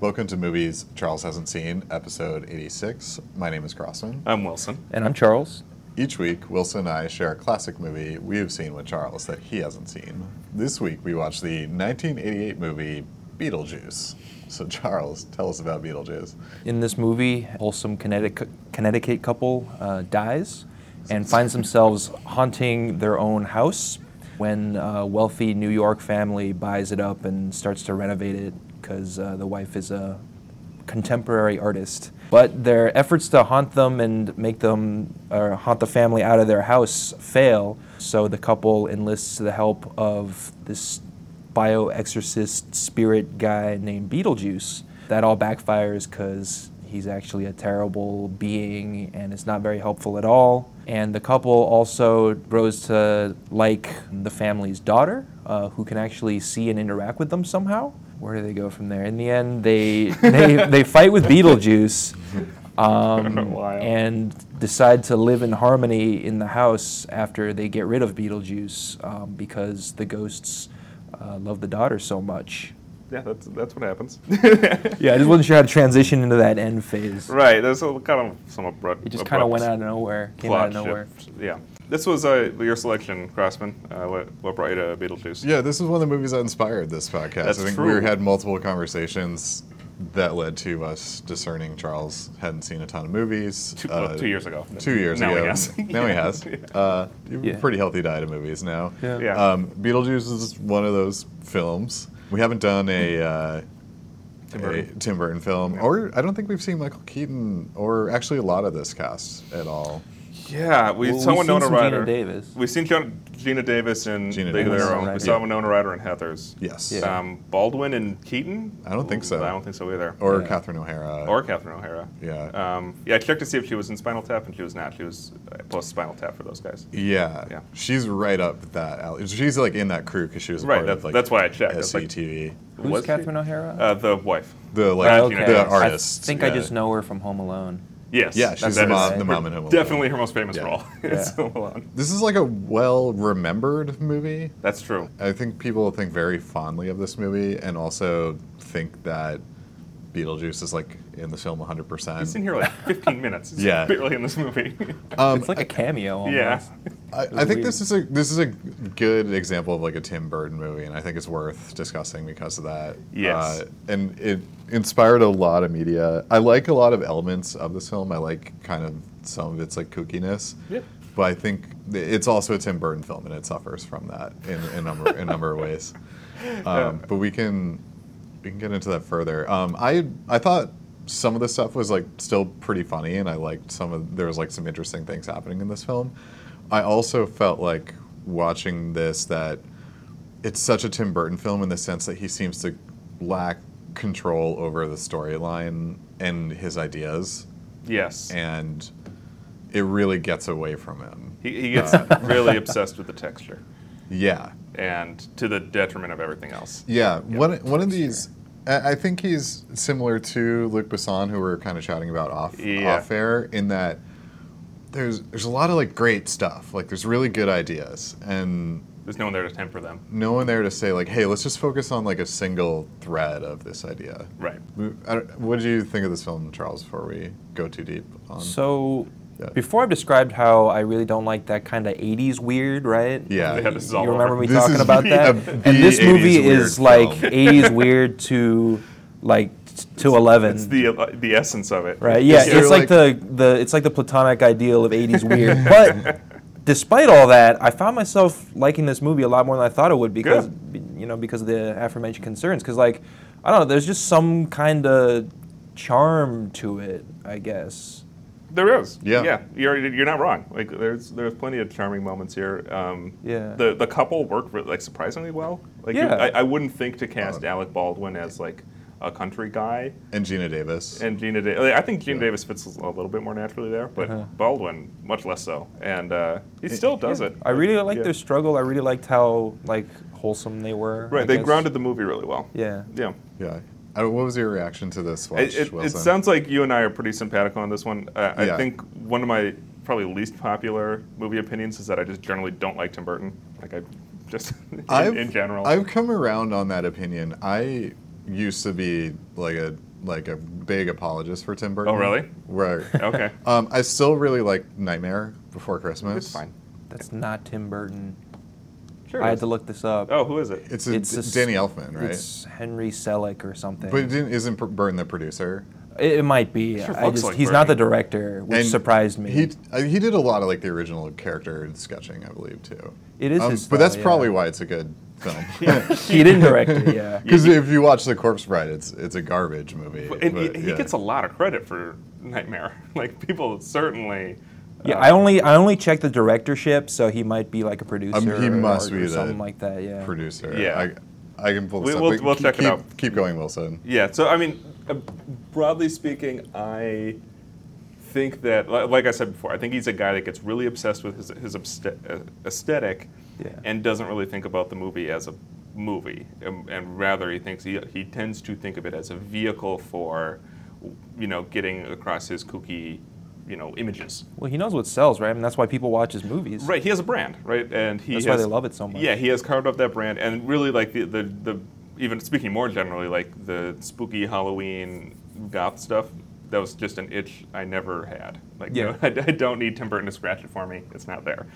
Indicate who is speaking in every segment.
Speaker 1: Welcome to Movies Charles Hasn't Seen, episode 86. My name is Crossman.
Speaker 2: I'm Wilson.
Speaker 3: And I'm Charles.
Speaker 1: Each week, Wilson and I share a classic movie we've seen with Charles that he hasn't seen. This week, we watched the 1988 movie Beetlejuice. So, Charles, tell us about Beetlejuice.
Speaker 3: In this movie, a wholesome Connecticut, Connecticut couple uh, dies and finds themselves haunting their own house when a wealthy New York family buys it up and starts to renovate it because uh, the wife is a contemporary artist. But their efforts to haunt them and make them or haunt the family out of their house fail, so the couple enlists the help of this bioexorcist spirit guy named Beetlejuice. That all backfires because he's actually a terrible being and it's not very helpful at all. And the couple also grows to like the family's daughter, uh, who can actually see and interact with them somehow. Where do they go from there? In the end, they they, they fight with Beetlejuice um,
Speaker 2: Wow.
Speaker 3: and decide to live in harmony in the house after they get rid of Beetlejuice um, because the ghosts uh, love the daughter so much.
Speaker 2: Yeah, that's that's what happens.
Speaker 3: Yeah, I just wasn't sure how to transition into that end phase.
Speaker 2: right. That's a, kind of some abrupt.
Speaker 3: It just kind of went out of nowhere. Came out of nowhere.
Speaker 2: Yeah. This was uh, your selection, Crossman. Uh, what, what brought you to Beetlejuice?
Speaker 1: Yeah, this is one of the movies that inspired this podcast.
Speaker 2: That's
Speaker 1: I think
Speaker 2: true.
Speaker 1: we had multiple conversations that led to us discerning Charles hadn't seen a ton of movies.
Speaker 2: Two,
Speaker 1: Uh,
Speaker 2: well, two years ago.
Speaker 1: Two years
Speaker 2: now
Speaker 1: ago.
Speaker 2: He has.
Speaker 1: Now he has.
Speaker 2: Yeah.
Speaker 1: Uh, you have a
Speaker 3: Yeah.
Speaker 1: Pretty healthy diet of movies now.
Speaker 3: Yeah.
Speaker 2: Yeah.
Speaker 1: Um, Beetlejuice is one of those films. We haven't done a uh,
Speaker 2: Hmm. Tim
Speaker 1: a
Speaker 2: Burton.
Speaker 1: Tim Burton film, or I don't think we've seen Michael Keaton, or actually a lot of this cast at all.
Speaker 2: Yeah, we
Speaker 3: Well,
Speaker 2: saw
Speaker 3: we've seen
Speaker 2: Winona
Speaker 3: some Gina
Speaker 2: Ryder.
Speaker 3: Davis.
Speaker 2: We've seen Gen- Gina Davis in
Speaker 1: Gina
Speaker 2: League of
Speaker 1: Davis.
Speaker 2: Their Own.
Speaker 3: Right.
Speaker 2: We saw
Speaker 1: Yeah.
Speaker 2: Winona Ryder and Heather's.
Speaker 1: Yes.
Speaker 3: Yeah.
Speaker 2: Um, Baldwin and Keaton.
Speaker 1: I don't think
Speaker 2: Ooh,
Speaker 1: so.
Speaker 2: I don't think so either.
Speaker 1: Or
Speaker 3: Yeah.
Speaker 1: Catherine O'Hara.
Speaker 2: Or Catherine O'Hara.
Speaker 1: Um, Yeah.
Speaker 2: Um, yeah, I checked to see if she was in Spinal Tap, and she was not. She was uh, post Spinal Tap for those guys.
Speaker 1: yeah.
Speaker 2: Yeah.
Speaker 1: She's right up that alley. She's like in that crew because she was a
Speaker 2: Right,
Speaker 1: part of
Speaker 2: that-
Speaker 1: like
Speaker 2: that's why I checked. That's like-
Speaker 1: SCTV.
Speaker 3: Who's
Speaker 2: Was she?
Speaker 3: Catherine O'Hara?
Speaker 2: Uh, the wife.
Speaker 1: the like
Speaker 2: okay.
Speaker 1: the
Speaker 2: I
Speaker 1: artist.
Speaker 3: I think I just know her from Home Alone.
Speaker 2: Yes.
Speaker 1: Yeah, she's
Speaker 2: that
Speaker 1: the
Speaker 2: is
Speaker 1: mom- the mom in Home Alone.
Speaker 2: Definitely her most famous
Speaker 1: Yeah.
Speaker 2: role.
Speaker 3: Yeah.
Speaker 2: it's Home Alone.
Speaker 1: This is like a well-remembered movie.
Speaker 2: That's true.
Speaker 1: I think people think very fondly of this movie and also think that Beetlejuice is like in the film 100%.
Speaker 2: He's in here like 15 minutes. It's
Speaker 1: Yeah.
Speaker 2: Barely in this movie.
Speaker 1: Um,
Speaker 3: it's like a cameo. Almost.
Speaker 2: yeah.
Speaker 1: I, I think this is a this is a good example of like a Tim Burton movie, and I think it's worth discussing because of that.
Speaker 2: Yes.
Speaker 1: Uh, and it inspired a lot of media. I like a lot of elements of this film. I like kind of some of its like kookiness.
Speaker 2: Yeah.
Speaker 1: But I think th- it's also a Tim Burton film, and it suffers from that in in a number in a number of ways. Um, But we can we can get into that further. Um, I I thought some of the stuff was like still pretty funny, and I liked some of there was like some interesting things happening in this film. I also felt like watching this that it's such a Tim Burton film in the sense that he seems to lack control over the storyline and his ideas,
Speaker 2: Yes.
Speaker 1: and it really gets away from him.
Speaker 2: he, he gets
Speaker 1: uh,
Speaker 2: really obsessed with the texture
Speaker 1: Yeah,
Speaker 2: and to the detriment of everything else.
Speaker 1: Yeah, one one of these. I I think he's similar to Luc Besson, who we are kind of chatting about off
Speaker 2: Yeah.
Speaker 1: off air, in that there's there's a lot of like great stuff, like there's really good ideas, and
Speaker 2: There's no one there to temper them.
Speaker 1: no one there to say like, hey, let's just focus on like a single thread of this idea.
Speaker 2: Right.
Speaker 1: I don't- What do you think of this film, Charles? Before we go too deep on,
Speaker 3: So
Speaker 1: Yeah.
Speaker 3: before I've described how I really don't like that kind of 80s weird, right?
Speaker 1: yeah,
Speaker 2: Yeah, this is
Speaker 3: You
Speaker 2: all
Speaker 3: remember
Speaker 2: over.
Speaker 3: me
Speaker 1: This
Speaker 3: talking
Speaker 1: is
Speaker 3: about
Speaker 1: the-
Speaker 3: that?
Speaker 1: the
Speaker 3: And this
Speaker 1: 80s
Speaker 3: movie
Speaker 1: weird
Speaker 3: is like
Speaker 1: film.
Speaker 3: 80s weird to like t- to 11.
Speaker 2: It's the uh, the essence of it.
Speaker 3: right? Yeah,
Speaker 1: Is there
Speaker 3: it's
Speaker 1: like-
Speaker 3: like, the the it's like the platonic ideal of '80s weird. but despite all that, I found myself liking this movie a lot more than I thought it would because
Speaker 2: Good.
Speaker 3: be- you know because of the aforementioned concerns. Because like I don't know, there's just some kind of charm to it, I guess.
Speaker 2: There is.
Speaker 1: Yeah.
Speaker 2: Yeah. You're you're not wrong. Like there's there's plenty of charming moments here. Um,
Speaker 3: Yeah.
Speaker 2: The the couple work re- like surprisingly well. Like
Speaker 3: Yeah.
Speaker 2: I, I wouldn't think to cast
Speaker 1: Uh,
Speaker 2: Alec Baldwin as like a country guy
Speaker 1: and Gina Davis.
Speaker 2: and Gina. Da- like, I think Gina Davis fits a little bit more naturally there, but
Speaker 3: Uh-huh.
Speaker 2: Baldwin much less so. And uh, he still does it.
Speaker 3: I really liked
Speaker 2: Yeah.
Speaker 3: their struggle. I really liked how like wholesome they were.
Speaker 2: Right.
Speaker 3: I
Speaker 2: they
Speaker 3: guess.
Speaker 2: grounded the movie really well.
Speaker 3: Yeah.
Speaker 2: Yeah.
Speaker 1: yeah, I, what was your reaction to this? Watch,
Speaker 2: It, it, it
Speaker 1: Wilson?
Speaker 2: sounds like you and I are pretty simpatico on this one. Uh, I
Speaker 1: Yeah.
Speaker 2: think one of my probably least popular movie opinions is that I just generally don't like Tim Burton. Like I just in, in general.
Speaker 1: I've come around on that opinion. I used to be like a like a big apologist for Tim Burton.
Speaker 2: Oh, really?
Speaker 1: Right.
Speaker 2: Okay.
Speaker 1: um, I still really like Nightmare Before Christmas.
Speaker 2: It's fine.
Speaker 4: That's not Tim Burton. I
Speaker 2: Sure. it
Speaker 4: had
Speaker 2: is.
Speaker 4: to look this up.
Speaker 2: Oh, who is it?
Speaker 1: It's, a,
Speaker 4: It's a s-
Speaker 1: Danny Elfman, Oh, right?
Speaker 4: It's Henry Selick or something.
Speaker 1: but didn't, isn't P- Burton the producer?
Speaker 4: it, it might be.
Speaker 2: Sure
Speaker 4: I
Speaker 2: looks
Speaker 4: just,
Speaker 2: like
Speaker 4: he's not the
Speaker 2: Burton.
Speaker 4: director, which
Speaker 1: And
Speaker 4: surprised me.
Speaker 1: He uh, he did a lot of like the original character sketching, I believe, too. Um,
Speaker 4: It is his
Speaker 1: but that's
Speaker 4: style, yeah.
Speaker 1: probably why it's a good film.
Speaker 4: He didn't direct it, yeah.
Speaker 1: Because if you watch The Corpse Bride, it's it's a garbage movie.
Speaker 2: But- and he-
Speaker 1: but,
Speaker 2: he,
Speaker 1: yeah.
Speaker 2: gets a lot of credit for Nightmare. Like people certainly.
Speaker 4: Yeah,
Speaker 2: uh,
Speaker 4: I only I only checked the directorship, so he might be like a producer.
Speaker 1: Um, he
Speaker 4: or-
Speaker 1: must
Speaker 4: or,
Speaker 1: be the
Speaker 4: something like that. Yeah.
Speaker 1: producer.
Speaker 2: Yeah.
Speaker 1: I, I can pull this
Speaker 2: We-
Speaker 1: up.
Speaker 2: we'll-
Speaker 1: but
Speaker 2: we'll
Speaker 1: keep,
Speaker 2: check it
Speaker 1: keep-
Speaker 2: out.
Speaker 1: Keep going, Wilson.
Speaker 2: Yeah. So I mean, uh, broadly speaking, I think that, li- like I said before, I think he's a guy that gets really obsessed with his his abste- uh, aesthetic,
Speaker 4: Yeah.
Speaker 2: and doesn't really think about the movie as a movie, and, and rather he thinks he he tends to think of it as a vehicle for, you know, getting across his kooky, you know, images.
Speaker 4: Well, he knows what sells, right? I mean, that's why people watch his movies.
Speaker 2: Right, he has a brand, right, and he
Speaker 4: That's why
Speaker 2: has,
Speaker 4: they love it so much.
Speaker 2: Yeah, he has carved up that brand, and really like the the, the even speaking more generally, like the spooky Halloween goth stuff. That was just an itch I never had. Like,
Speaker 4: Yeah.
Speaker 2: no, I, I don't need Tim Burton to scratch it for me. It's not there.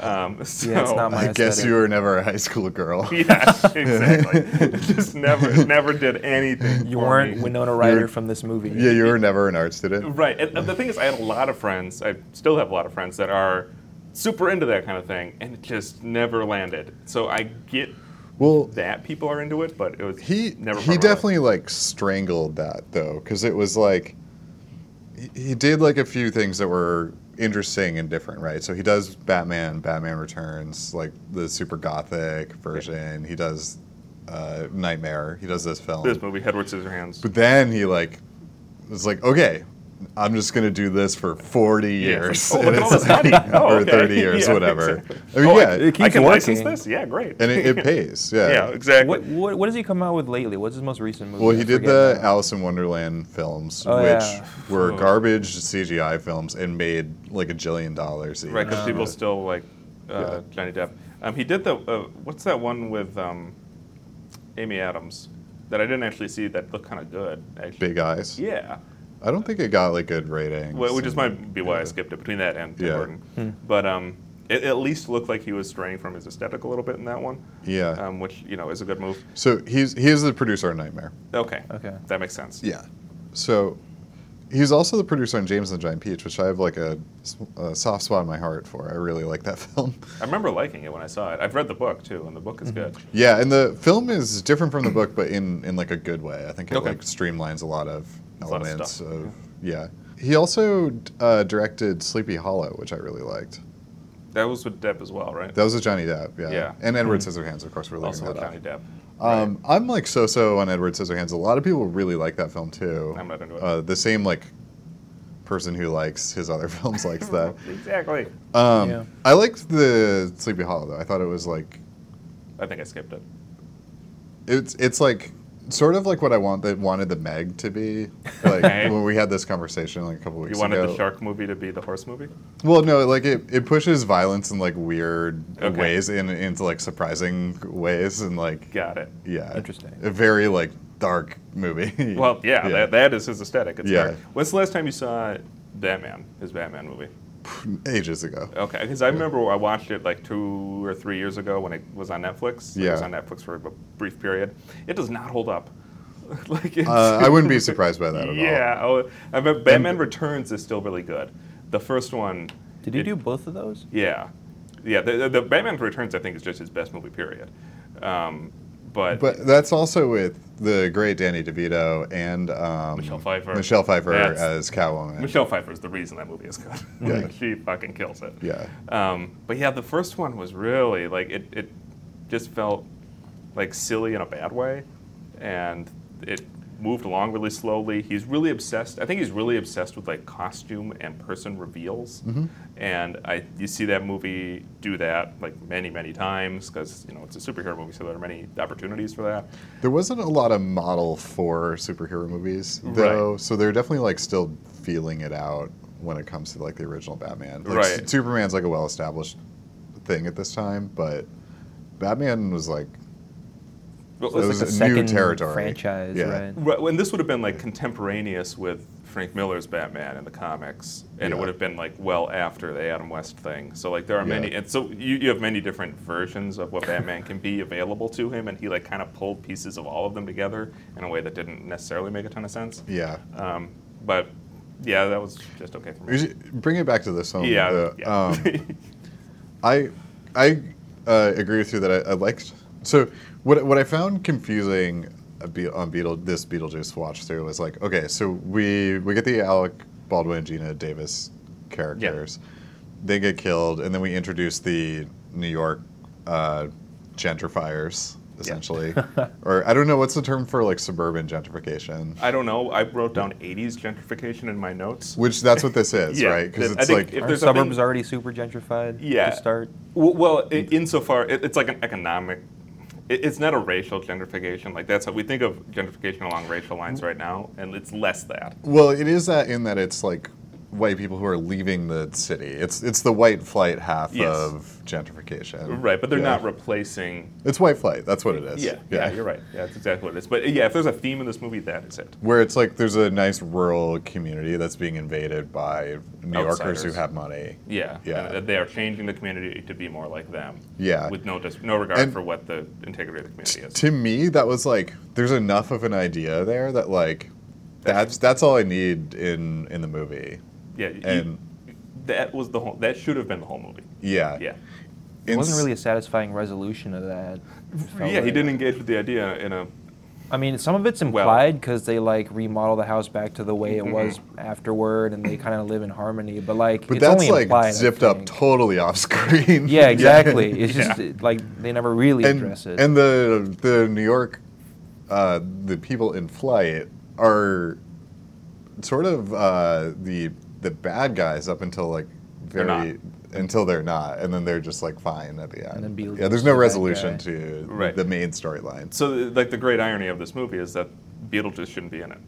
Speaker 2: Um, so,
Speaker 4: Yeah, it's not my
Speaker 1: I guess
Speaker 4: aesthetic.
Speaker 1: you were never a high school girl.
Speaker 2: Yeah, exactly. It just never, it never did anything.
Speaker 4: You
Speaker 2: for
Speaker 4: weren't
Speaker 2: me.
Speaker 4: Winona Ryder
Speaker 1: You're-
Speaker 4: from this movie.
Speaker 1: Yeah, you were never an art student.
Speaker 2: Right. And and the thing is, I had a lot of friends. I still have a lot of friends that are super into that kind of thing, and it just never landed. So I get
Speaker 1: Well,
Speaker 2: that people are into it, but it was
Speaker 1: he
Speaker 2: never.
Speaker 1: he
Speaker 2: part of my life.
Speaker 1: definitely like strangled that though, because it was like he, he did like a few things that were interesting and different, right? So he does Batman, Batman Returns, like the super gothic version. He does uh, Nightmare. He does this film.
Speaker 2: this movie, Edward Scissorhands.
Speaker 1: But then he like was like, okay, I'm just gonna do this for 40 years,
Speaker 2: Oh, look
Speaker 1: And
Speaker 2: at all
Speaker 1: it's
Speaker 2: this money.
Speaker 1: like-
Speaker 2: Oh,
Speaker 1: or
Speaker 2: okay.
Speaker 1: 30 years,
Speaker 2: Yeah,
Speaker 1: whatever.
Speaker 2: exactly.
Speaker 1: I mean,
Speaker 2: Oh,
Speaker 1: yeah,
Speaker 4: it
Speaker 2: I
Speaker 4: keeps
Speaker 2: can license
Speaker 4: working.
Speaker 2: this. Yeah, great.
Speaker 1: and uh, it, it pays. Yeah.
Speaker 2: yeah, exactly.
Speaker 4: What, what what does he come out with lately? What's his most recent movie?
Speaker 1: Well,
Speaker 4: I
Speaker 1: he did
Speaker 4: forget
Speaker 1: the
Speaker 4: now.
Speaker 1: Alice in Wonderland films,
Speaker 4: Oh,
Speaker 1: which
Speaker 4: yeah.
Speaker 1: were
Speaker 2: Oh.
Speaker 1: garbage CGI films and made like a jillion dollars. each.
Speaker 2: Right, because
Speaker 4: Uh,
Speaker 2: people still like uh, Johnny Depp. Um, he did the uh, what's that one with um, Amy Adams that I didn't actually see that looked kind of good. Actually.
Speaker 1: Big eyes.
Speaker 2: Yeah.
Speaker 1: I don't think it got like good ratings.
Speaker 2: Well, which is
Speaker 1: and-
Speaker 2: might be why I
Speaker 1: yeah.
Speaker 2: skipped it between that and Tim
Speaker 1: Yeah.
Speaker 2: Burton. But um, it at least looked like he was straying from his aesthetic a little bit in that one,
Speaker 1: Yeah.
Speaker 2: um, which you know is a good move.
Speaker 1: so he's he is the producer of Nightmare.
Speaker 2: Okay.
Speaker 4: Okay.
Speaker 2: That makes sense.
Speaker 1: Yeah. So he's also the producer on James and the Giant Peach, which I have like a, s- a soft spot in my heart for. I really like that film.
Speaker 2: I remember liking it when I saw it. I've read the book too, and the book is good.
Speaker 1: yeah, and the film is different from the book, but in, in like a good way. I think it
Speaker 2: Okay.
Speaker 1: like streamlines a lot of
Speaker 2: A lot of
Speaker 1: elements
Speaker 2: stuff.
Speaker 1: of, yeah. He also uh, directed Sleepy Hollow, which I really liked.
Speaker 2: That was with Depp as well, right?
Speaker 1: That was with Johnny Depp, yeah.
Speaker 2: Yeah. Mm-hmm.
Speaker 1: And Edward Scissorhands, of course, we're leaving
Speaker 2: also with
Speaker 1: that
Speaker 2: Johnny
Speaker 1: out.
Speaker 2: Depp.
Speaker 1: Um, I'm like so-so on Edward Scissorhands. A lot of people really like that film too.
Speaker 2: I'm not into it.
Speaker 1: Uh, the same like person who likes his other films likes that.
Speaker 2: exactly.
Speaker 1: Um,
Speaker 4: Yeah.
Speaker 1: I liked the Sleepy Hollow though. I thought it was like
Speaker 2: I think I skipped it.
Speaker 1: it's it's like sort of like what I want that wanted the Meg to be. Like
Speaker 2: Okay.
Speaker 1: when we had this conversation like a couple weeks
Speaker 2: You wanted
Speaker 1: ago.
Speaker 2: the shark movie to be the horse movie?
Speaker 1: Well, no, like it, it pushes violence in like weird
Speaker 2: Okay.
Speaker 1: ways in into like surprising ways and like
Speaker 2: Got it.
Speaker 1: yeah,
Speaker 4: Interesting.
Speaker 1: A very like dark movie.
Speaker 2: Well, yeah, That, that is his aesthetic. It's
Speaker 1: Yeah.
Speaker 2: dark. When's the last time you saw Batman, his Batman movie?
Speaker 1: ages ago.
Speaker 2: Okay, because I remember I watched it like two or three years ago when it was on Netflix. It
Speaker 1: Yeah.
Speaker 2: was on Netflix for a brief period. It does not hold up. like it's,
Speaker 1: Uh, I wouldn't be surprised by that at
Speaker 2: yeah, oh, I mean, Batman Returns is still really good. The first one.
Speaker 4: Did he
Speaker 2: it-
Speaker 4: do both of those?
Speaker 2: Yeah, yeah. The, the, the Batman Returns, I think, is just his best movie period. Um, but,
Speaker 1: all. But that's also with the great Danny DeVito and um,
Speaker 2: Michelle Pfeiffer.
Speaker 1: Michelle Pfeiffer
Speaker 2: That's-
Speaker 1: as Catwoman.
Speaker 2: Michelle Pfeiffer is the reason that movie is good.
Speaker 1: Yeah.
Speaker 2: Like, she fucking kills it.
Speaker 1: Yeah.
Speaker 2: Um, but yeah, the first one was really like it, it just felt like silly in a bad way, and it moved along really slowly. He's really obsessed. I think he's really obsessed with like costume and person reveals,
Speaker 1: Mm-hmm.
Speaker 2: and I you see that movie do that like many many times because you know it's a superhero movie, so there are many opportunities for that.
Speaker 1: There wasn't a lot of model for superhero movies though, so they're definitely like still feeling it out when it comes to like the original Batman. Like,
Speaker 2: Right.
Speaker 1: S- Superman's like a well-established thing at this time, but Batman was like
Speaker 2: Well,
Speaker 1: So it
Speaker 2: it's like
Speaker 1: was
Speaker 4: the
Speaker 1: a
Speaker 4: second
Speaker 1: new territory.
Speaker 4: franchise,
Speaker 1: Yeah.
Speaker 4: right?
Speaker 2: Right, and this would have been like contemporaneous with Frank Miller's Batman in the comics, and it
Speaker 1: Yeah.
Speaker 2: would have been like well after the Adam West thing. So like there are
Speaker 1: Yeah.
Speaker 2: many, and so you, you have many different versions of what Batman can be available to him, and he like kind of pulled pieces of all of them together in a way that didn't necessarily make a ton of sense.
Speaker 1: Yeah.
Speaker 2: Um, but yeah, that was just okay for
Speaker 1: We
Speaker 2: me.
Speaker 1: should Bring it back to this film.
Speaker 2: yeah,
Speaker 1: the,
Speaker 2: yeah.
Speaker 1: um, I I uh, agree with you that I, I liked. So what what I found confusing a Be- on Beetle this Beetlejuice watch through was like okay, so we we get the Alec Baldwin Gina Davis characters, they get killed, and then we introduce the New York uh, gentrifiers essentially, or I don't know what's the term for like suburban gentrification.
Speaker 2: I don't know. I wrote down '80s gentrification in my notes.
Speaker 1: Which that's what this is,
Speaker 2: Yeah,
Speaker 1: right? Because
Speaker 2: that- I
Speaker 1: it's
Speaker 2: think
Speaker 1: like
Speaker 2: if
Speaker 4: Aren't
Speaker 2: there's a thing-
Speaker 4: suburbs already super gentrified
Speaker 2: Yeah.
Speaker 4: to start?
Speaker 2: Well, well i- insofar, it, it's like an economic. It, it's not a racial gentrification. Like that's how we think of gentrification along racial lines right now, and it's less that.
Speaker 1: Well, it is that in that it's like white people who are leaving the city. It's it's the white flight half
Speaker 2: Yes.
Speaker 1: of gentrification.
Speaker 2: Right, but they're
Speaker 1: Yeah.
Speaker 2: not replacing.
Speaker 1: It's white flight. That's what it is.
Speaker 2: Yeah, yeah, you're right. Yeah, that's exactly what it is. But uh, yeah, if there's a theme in this movie, that is it.
Speaker 1: Where it's like there's a nice rural community that's being invaded by New Yorkers who
Speaker 2: Outsiders.
Speaker 1: have money.
Speaker 2: Yeah,
Speaker 1: Yeah.
Speaker 2: and that they are changing the community to be more like them.
Speaker 1: Yeah.
Speaker 2: with no dis- no regard
Speaker 1: And-
Speaker 2: for what the integrity of the community is.
Speaker 1: To me, that was like there's enough of an idea there that like that's that's all I need in in the movie.
Speaker 2: yeah, you-
Speaker 1: and-
Speaker 2: that was the whole. That should have been the whole movie.
Speaker 1: Yeah.
Speaker 2: Yeah.
Speaker 4: It
Speaker 1: In
Speaker 4: wasn't
Speaker 1: s-
Speaker 4: really a satisfying resolution of that. it felt
Speaker 2: Yeah, he
Speaker 4: like.
Speaker 2: didn't engage with the idea in a
Speaker 4: I mean, some of it's implied because they like remodel the house back to the way
Speaker 2: Mm-hmm.
Speaker 4: it was afterward, and they kind of live in harmony. But like,
Speaker 1: But
Speaker 4: it's
Speaker 1: that's
Speaker 4: only
Speaker 1: like
Speaker 4: implied, I
Speaker 1: zipped up
Speaker 4: think.
Speaker 1: totally off screen.
Speaker 4: yeah, exactly. It's just
Speaker 2: Yeah.
Speaker 4: it- like they never really address it.
Speaker 1: And the the New York, uh, the people in flight are sort of uh, the the bad guys up until like
Speaker 2: They're
Speaker 1: very until they're not, and then they're just like fine at the end.
Speaker 4: then Beetlejuice
Speaker 1: yeah, there's
Speaker 4: is
Speaker 1: no
Speaker 4: the bad
Speaker 1: resolution
Speaker 4: guy.
Speaker 1: to
Speaker 2: Right.
Speaker 1: the main storyline.
Speaker 2: So, th- like, the great irony of this movie is that Beetlejuice shouldn't be in it,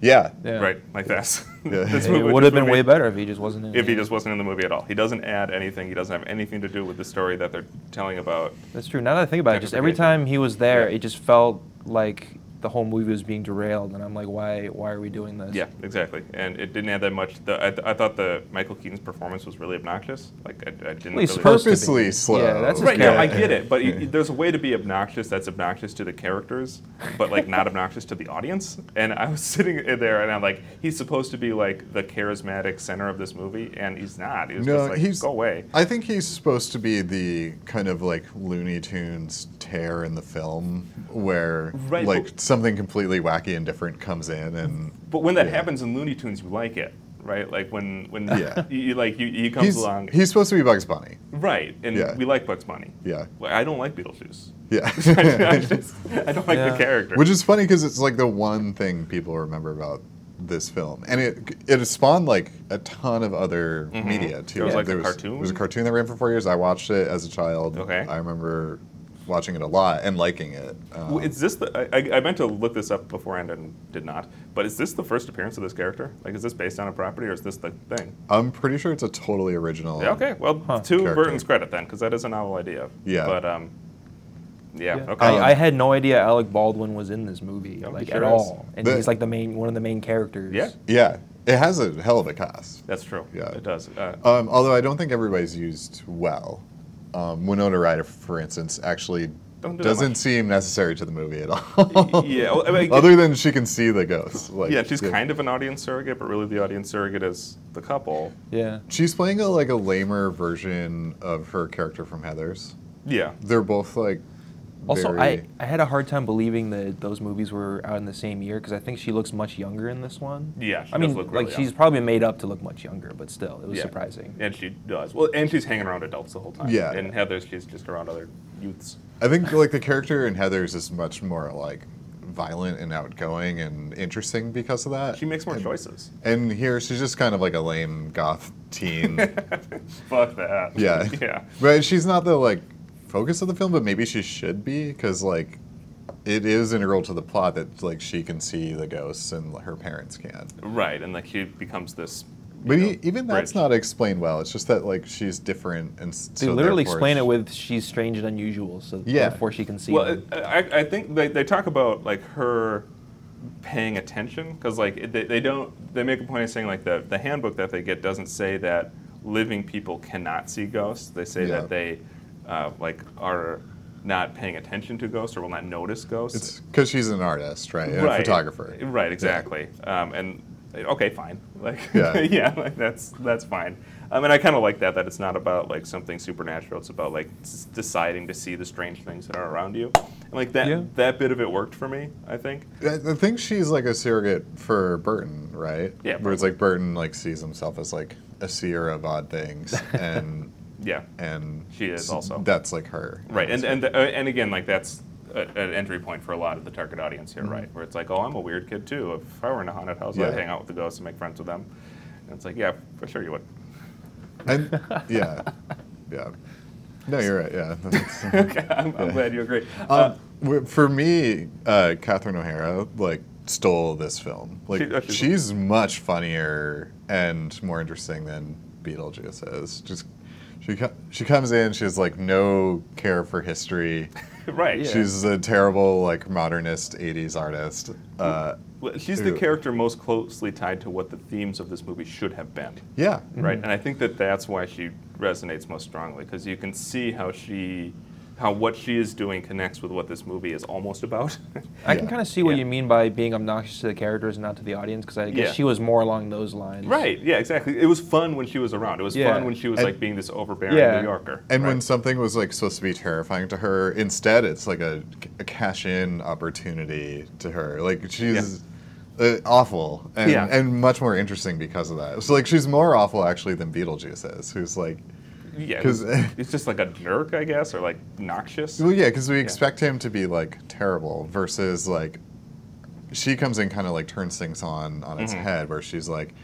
Speaker 1: Yeah,
Speaker 4: Yeah.
Speaker 2: right? Like that's
Speaker 1: Yeah.
Speaker 2: this
Speaker 4: it
Speaker 2: movie-
Speaker 4: would
Speaker 2: this
Speaker 4: have been
Speaker 2: movie-
Speaker 4: way better if he just wasn't in.
Speaker 2: if
Speaker 4: it.
Speaker 2: he just wasn't in the movie at all. He doesn't add anything. He doesn't have anything to do with the story that they're telling about.
Speaker 4: That's true. Now that I think about it, just every
Speaker 2: Gentrification.
Speaker 4: time he was there,
Speaker 2: Yeah.
Speaker 4: it just felt like the whole movie was being derailed, and I'm like, why? Why are we doing this?
Speaker 2: Yeah, exactly. And it didn't add that much. The, I, th- I thought the Michael Keaton's performance was really obnoxious. Like I, I didn't.
Speaker 4: Well, he's
Speaker 2: really-
Speaker 4: supposed to be.
Speaker 1: purposely slow.
Speaker 4: Yeah, that's his
Speaker 2: Right,
Speaker 4: Yeah.
Speaker 2: no, I get it, but you, you- there's a way to be obnoxious that's obnoxious to the characters, but like not obnoxious to the audience. And I was sitting in there, and I'm like, he's supposed to be like the charismatic center of this movie, and he's not. He's
Speaker 1: No,
Speaker 2: just like,
Speaker 1: he's-
Speaker 2: go away.
Speaker 1: I think he's supposed to be the kind of like Looney Tunes tear in the film where
Speaker 2: Right,
Speaker 1: like
Speaker 2: but-
Speaker 1: something completely wacky and different comes in and
Speaker 2: But when that
Speaker 1: Yeah.
Speaker 2: happens in Looney Tunes, you like it, right? Like when when
Speaker 1: Yeah.
Speaker 2: you, you like you, he comes
Speaker 1: he's,
Speaker 2: along,
Speaker 1: he's supposed to be Bugs Bunny.
Speaker 2: right? And
Speaker 1: Yeah.
Speaker 2: we like Bugs Bunny.
Speaker 1: Yeah.
Speaker 2: Well, I don't like Beetlejuice. I,
Speaker 1: Yeah.
Speaker 2: just, I don't like
Speaker 4: Yeah.
Speaker 2: the character.
Speaker 1: Which is funny because it's like the one thing people remember about this film, and it it has spawned like a ton of other media too.
Speaker 2: Mm-hmm. There was, like,
Speaker 1: there
Speaker 2: a
Speaker 1: was,
Speaker 2: cartoon?
Speaker 1: There was a cartoon that ran for four years. I watched it as a child.
Speaker 2: Okay.
Speaker 1: I remember watching it a lot and liking it. Um,
Speaker 2: Well, is this the? I- I, I meant to look this up beforehand and did not. But is this the first appearance of this character? Like, is this based on a property or is this the thing?
Speaker 1: Um, I'm pretty sure it's a totally original.
Speaker 2: Yeah, okay. Well,
Speaker 4: Huh.
Speaker 2: to
Speaker 1: Character.
Speaker 2: Burton's credit then, because that is a novel idea.
Speaker 1: Yeah.
Speaker 2: But um, yeah.
Speaker 4: Yeah.
Speaker 2: Okay.
Speaker 1: Um,
Speaker 4: I, I had no idea Alec Baldwin was in this movie
Speaker 2: Yeah,
Speaker 4: like
Speaker 2: he sure
Speaker 4: at
Speaker 2: is.
Speaker 4: all, and
Speaker 1: The-
Speaker 4: he's like the main one of the main characters.
Speaker 2: Yeah.
Speaker 1: Yeah, it has a hell of a cast.
Speaker 2: That's true.
Speaker 1: Yeah.
Speaker 2: It does. Uh,
Speaker 1: Um, although I don't think everybody's used well. Um, Winona Ryder, for instance, actually
Speaker 2: Don't do that
Speaker 1: doesn't
Speaker 2: much.
Speaker 1: seem necessary to the movie at all.
Speaker 2: yeah. well, I mean,
Speaker 1: Other than she can see the ghosts. Like,
Speaker 2: yeah, she's kind of an audience surrogate, but really the audience surrogate is the couple.
Speaker 4: Yeah.
Speaker 1: She's playing a, like a lamer version of her character from Heather's.
Speaker 2: Yeah.
Speaker 1: They're both like.
Speaker 4: Also,
Speaker 1: very,
Speaker 4: I, I had a hard time believing that those movies were out in the same year because I think she looks much younger in this one.
Speaker 2: Yeah, she
Speaker 4: I
Speaker 2: does
Speaker 4: mean,
Speaker 2: look
Speaker 4: like
Speaker 2: really
Speaker 4: she's
Speaker 2: young.
Speaker 4: probably made up to look much younger, but still, it was
Speaker 2: Yeah.
Speaker 4: surprising.
Speaker 2: And she does. Well, and she's hanging around adults the whole time.
Speaker 1: Yeah.
Speaker 2: And Heather, she's just around other youths.
Speaker 1: I think like the character in Heather's is much more like violent and outgoing and interesting because of that.
Speaker 2: She makes more
Speaker 1: and,
Speaker 2: choices.
Speaker 1: And here she's just kind of like a lame goth teen.
Speaker 2: Fuck that.
Speaker 1: yeah.
Speaker 2: Yeah.
Speaker 1: But she's not the like focus of the film, but maybe she should be because like it is integral to the plot that like she can see the ghosts and her parents can't.
Speaker 2: Right. And like she becomes this
Speaker 1: But
Speaker 2: you
Speaker 1: e-
Speaker 2: know,
Speaker 1: even that's
Speaker 2: bridge.
Speaker 1: not explained well. It's just that like she's different, and s-
Speaker 4: They
Speaker 1: so
Speaker 4: literally
Speaker 1: therefore
Speaker 4: explain
Speaker 1: she-
Speaker 4: it with she's strange and unusual, so
Speaker 1: Yeah.
Speaker 4: therefore she can see.
Speaker 2: Well,
Speaker 4: them.
Speaker 2: I, I- I think they, they talk about like her paying attention because like it- they, they don't they make a point of saying like the, the handbook that they get doesn't say that living people cannot see ghosts. They say
Speaker 1: Yeah.
Speaker 2: that they uh, like are not paying attention to ghosts or will not notice ghosts.
Speaker 1: It's because she's an artist, right? And a photographer.
Speaker 2: Right, exactly. Um, and okay, fine. Like
Speaker 1: Yeah.
Speaker 2: yeah, like that's that's fine. I mean, I kind of like that that it's not about like something supernatural. It's about like s- deciding to see the strange things that are around you. And like that
Speaker 4: Yeah.
Speaker 2: that bit of it worked for me. I think.
Speaker 1: I I think she's like a surrogate for Burton, right?
Speaker 2: Yeah,
Speaker 1: Where it's like Burton like sees himself as like a seer of odd things, and
Speaker 2: Yeah.
Speaker 1: and
Speaker 2: She is
Speaker 1: s-
Speaker 2: also.
Speaker 1: that's like her,
Speaker 2: Right. And and uh, and again, like that's a, an entry point for a lot of the target audience here, right? Where it's like, oh, I'm a weird kid too. If I were in a haunted house,
Speaker 1: Mm-hmm. Yeah.
Speaker 2: I'd hang out with the ghosts and make friends with them. And it's like, yeah, for sure you would.
Speaker 1: And yeah, yeah. No, you're right. Yeah. That's-
Speaker 2: okay, I'm, I'm glad you agree.
Speaker 1: Um, w- for me, uh, Catherine O'Hara like stole this film. Like
Speaker 2: She- uh,
Speaker 1: she's,
Speaker 2: she's-
Speaker 1: much funnier and more interesting than Beetlejuice is. Just she co- she comes in, she has like no care for history.
Speaker 2: Uh, right.
Speaker 4: Yeah.
Speaker 1: She's a terrible like modernist '80s artist. Uh,
Speaker 2: Well, she's the
Speaker 1: Who-
Speaker 2: character most closely tied to what the themes of this movie should have been,
Speaker 1: yeah,
Speaker 2: right? And I think that that's why she resonates most strongly because you can see how she, how what she is doing connects with what this movie is almost about.
Speaker 4: I can
Speaker 1: Yeah.
Speaker 4: kind of see what
Speaker 2: Yeah.
Speaker 4: you mean by being obnoxious to the characters and not to the audience, because I guess
Speaker 2: Yeah.
Speaker 4: she was more along those lines.
Speaker 2: right? Yeah, exactly. It was fun when she was around. It was
Speaker 4: Yeah.
Speaker 2: fun when she was
Speaker 1: And-
Speaker 2: like being this overbearing
Speaker 4: Yeah.
Speaker 2: New Yorker.
Speaker 1: And when
Speaker 2: right?
Speaker 1: something was like supposed to be terrifying to her, instead it's like a, a cash-in opportunity to her. Like she's uh, awful and,
Speaker 2: Yeah.
Speaker 1: and much more interesting because of that. So like she's more awful actually than Beetlejuice is, who's like,
Speaker 2: yeah,
Speaker 1: 'cause-
Speaker 2: it's just like a jerk, I guess, or like noxious.
Speaker 1: well, yeah, because we expect him to be like terrible versus like she comes in kind of like turns things on on
Speaker 2: Mm-hmm.
Speaker 1: its head where she's like.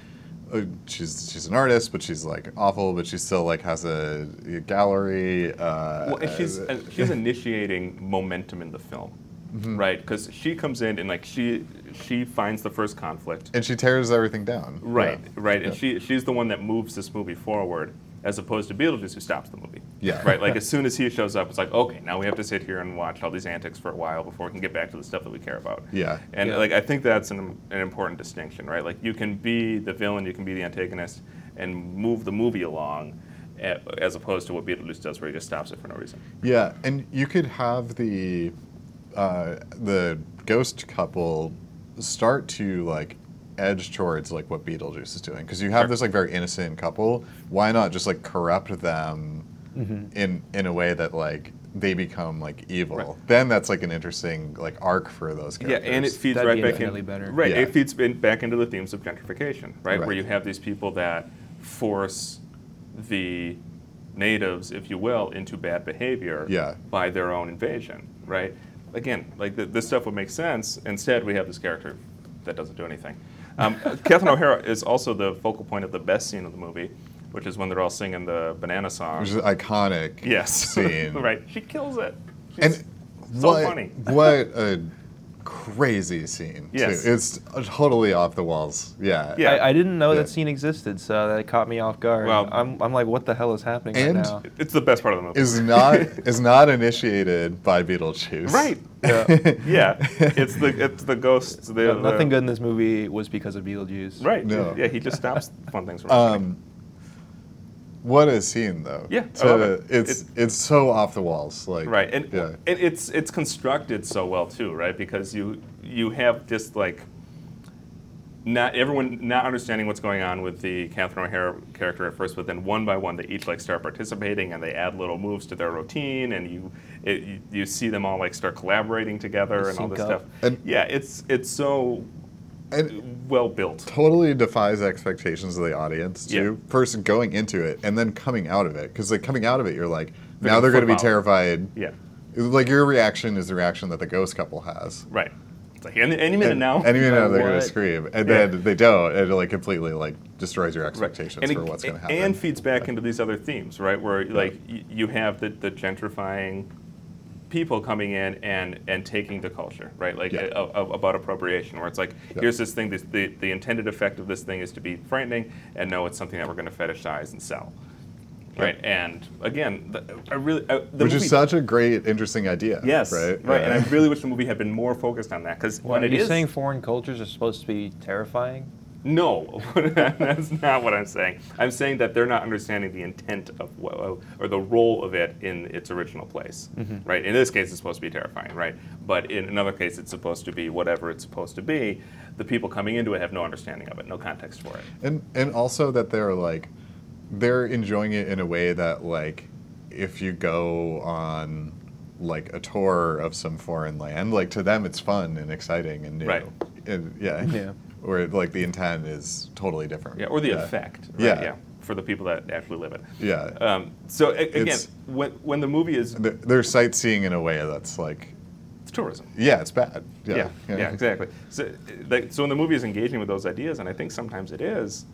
Speaker 1: uh, She's she's an artist, but she's like awful, but she still like has a, a gallery. Uh,
Speaker 2: Well, and she's and she's initiating momentum in the film,
Speaker 1: Mm-hmm.
Speaker 2: right? Because she comes in and like she she finds the first conflict,
Speaker 1: and she tears everything down.
Speaker 2: right,
Speaker 1: Yeah.
Speaker 2: right, and
Speaker 1: Yeah.
Speaker 2: she she's the one that moves this movie forward, as opposed to Beetlejuice who stops the movie.
Speaker 1: Yeah.
Speaker 2: right. Like as soon as he shows up, it's like okay, now we have to sit here and watch all these antics for a while before we can get back to the stuff that we care about.
Speaker 1: Yeah.
Speaker 2: And
Speaker 4: Yeah.
Speaker 2: like I think that's an, an important distinction, right? Like you can be the villain, you can be the antagonist, and move the movie along, a- as opposed to what Beetlejuice does, where he just stops it for no reason.
Speaker 1: Yeah, and you could have the uh, the ghost couple start to like edge towards like what Beetlejuice is doing because you have
Speaker 2: Sure.
Speaker 1: this like very innocent couple. Why not just like corrupt them
Speaker 2: Mm-hmm.
Speaker 1: in in a way that like they become like evil?
Speaker 2: Right.
Speaker 1: Then that's like an interesting like arc for those characters.
Speaker 2: Yeah, and it feeds
Speaker 4: That'd
Speaker 2: right
Speaker 4: be
Speaker 2: back
Speaker 4: infinitely
Speaker 2: in.
Speaker 4: better.
Speaker 2: Right,
Speaker 1: Yeah.
Speaker 2: it feeds in, back into the themes of gentrification, right?
Speaker 1: Right.
Speaker 2: Where you have these people that force the natives, if you will, into bad behavior
Speaker 1: Yeah.
Speaker 2: by their own invasion, right? Again, like th this stuff would make sense. Instead, we have this character that doesn't do anything. Um, Catherine O'Hara is also the focal point of the best scene of the movie, which is when they're all singing the banana song.
Speaker 1: which is an iconic
Speaker 2: yes,
Speaker 1: scene.
Speaker 2: right. She kills it. She's
Speaker 1: and
Speaker 2: so
Speaker 1: what,
Speaker 2: funny.
Speaker 1: what a crazy scene. too.
Speaker 2: Yes.
Speaker 1: it's totally off the walls. Yeah,
Speaker 2: Yeah.
Speaker 4: I, I didn't know
Speaker 1: Yeah.
Speaker 4: that scene existed, so that caught me off guard.
Speaker 2: Well-
Speaker 4: I'm, I'm like, what the hell is happening
Speaker 1: And-
Speaker 4: right now?
Speaker 2: It's the best part of the movie.
Speaker 1: is not is not initiated by Beetlejuice.
Speaker 2: Right.
Speaker 4: Yeah.
Speaker 2: yeah, it's the it's the ghosts. The,
Speaker 4: No-
Speaker 2: the-
Speaker 4: nothing good in this movie was because of Beetlejuice.
Speaker 2: Right.
Speaker 1: No.
Speaker 2: Yeah, he just stops fun things from happening.
Speaker 1: Um, what a scene, though.
Speaker 2: Yeah, I
Speaker 1: To-
Speaker 2: love it.
Speaker 1: It's
Speaker 2: It-
Speaker 1: it's so off the walls. Like
Speaker 2: Right, and
Speaker 1: yeah.
Speaker 2: it, it's it's constructed so well too, right? Because you you have just like not everyone not understanding what's going on with the Catherine O'Hara character at first, but then one by one they each like start participating and they add little moves to their routine, and you it, you, you see them all like start collaborating together
Speaker 4: They
Speaker 2: and all this
Speaker 4: sync up.
Speaker 2: stuff.
Speaker 1: And-
Speaker 2: yeah, it's it's so
Speaker 1: and
Speaker 2: well built.
Speaker 1: totally defies expectations of the audience too.
Speaker 2: Yeah.
Speaker 1: First going into it and then coming out of it, because like coming out of it, you're like
Speaker 2: They're
Speaker 1: now
Speaker 2: gonna
Speaker 1: they're going to be
Speaker 2: flip out.
Speaker 1: terrified.
Speaker 2: Yeah,
Speaker 1: Like your reaction is the reaction that the ghost couple has.
Speaker 2: right. It's like any, any minute now.
Speaker 1: Any minute
Speaker 4: No,
Speaker 1: now they're going
Speaker 4: what?
Speaker 1: to scream, and
Speaker 2: Yeah.
Speaker 1: then they don't, and it like completely like destroys your
Speaker 2: Right.
Speaker 1: expectations
Speaker 2: And it-
Speaker 1: for what's going to happen.
Speaker 2: And feeds back into these other themes, right? Where like y- you have the, the gentrifying people coming in and and taking the culture, right? Like
Speaker 1: Yeah.
Speaker 2: a, a- about appropriation, where it's like,
Speaker 1: Yeah.
Speaker 2: here's this thing. This, the the intended effect of this thing is to be frightening, and no, it's something that we're going to fetishize and sell,
Speaker 1: Yeah.
Speaker 2: right? And again, the, I really I, the
Speaker 1: Which
Speaker 2: movie,
Speaker 1: is such a great, interesting idea.
Speaker 2: yes,
Speaker 1: Right.
Speaker 2: And I really wish the movie had been more focused on that because
Speaker 3: What,
Speaker 2: when
Speaker 3: are
Speaker 2: it
Speaker 3: you
Speaker 2: is
Speaker 3: saying foreign cultures are supposed to be terrifying?
Speaker 2: No, that's not what I'm saying. I'm saying that they're not understanding the intent of what, or the role of it in its original place, right? In this case, it's supposed to be terrifying, right? But in another case, it's supposed to be whatever it's supposed to be. The people coming into it have no understanding of it, no context for it.
Speaker 1: and and also that they're like they're enjoying it in a way that like if you go on like a tour of some foreign land like to them it's fun and exciting and new
Speaker 2: Right.
Speaker 1: and yeah
Speaker 3: Yeah.
Speaker 1: where like the intent is totally different
Speaker 2: Yeah, or the effect, right?
Speaker 1: Yeah.
Speaker 2: for the people that actually live it.
Speaker 1: yeah
Speaker 2: Um, so a- again,
Speaker 1: It's-
Speaker 2: when, when the movie is
Speaker 1: They're- they're sightseeing in a way that's like
Speaker 2: it's tourism,
Speaker 1: yeah it's bad
Speaker 2: yeah, yeah, exactly. So, uh, like, so when the movie is engaging with those ideas, and I think sometimes it is,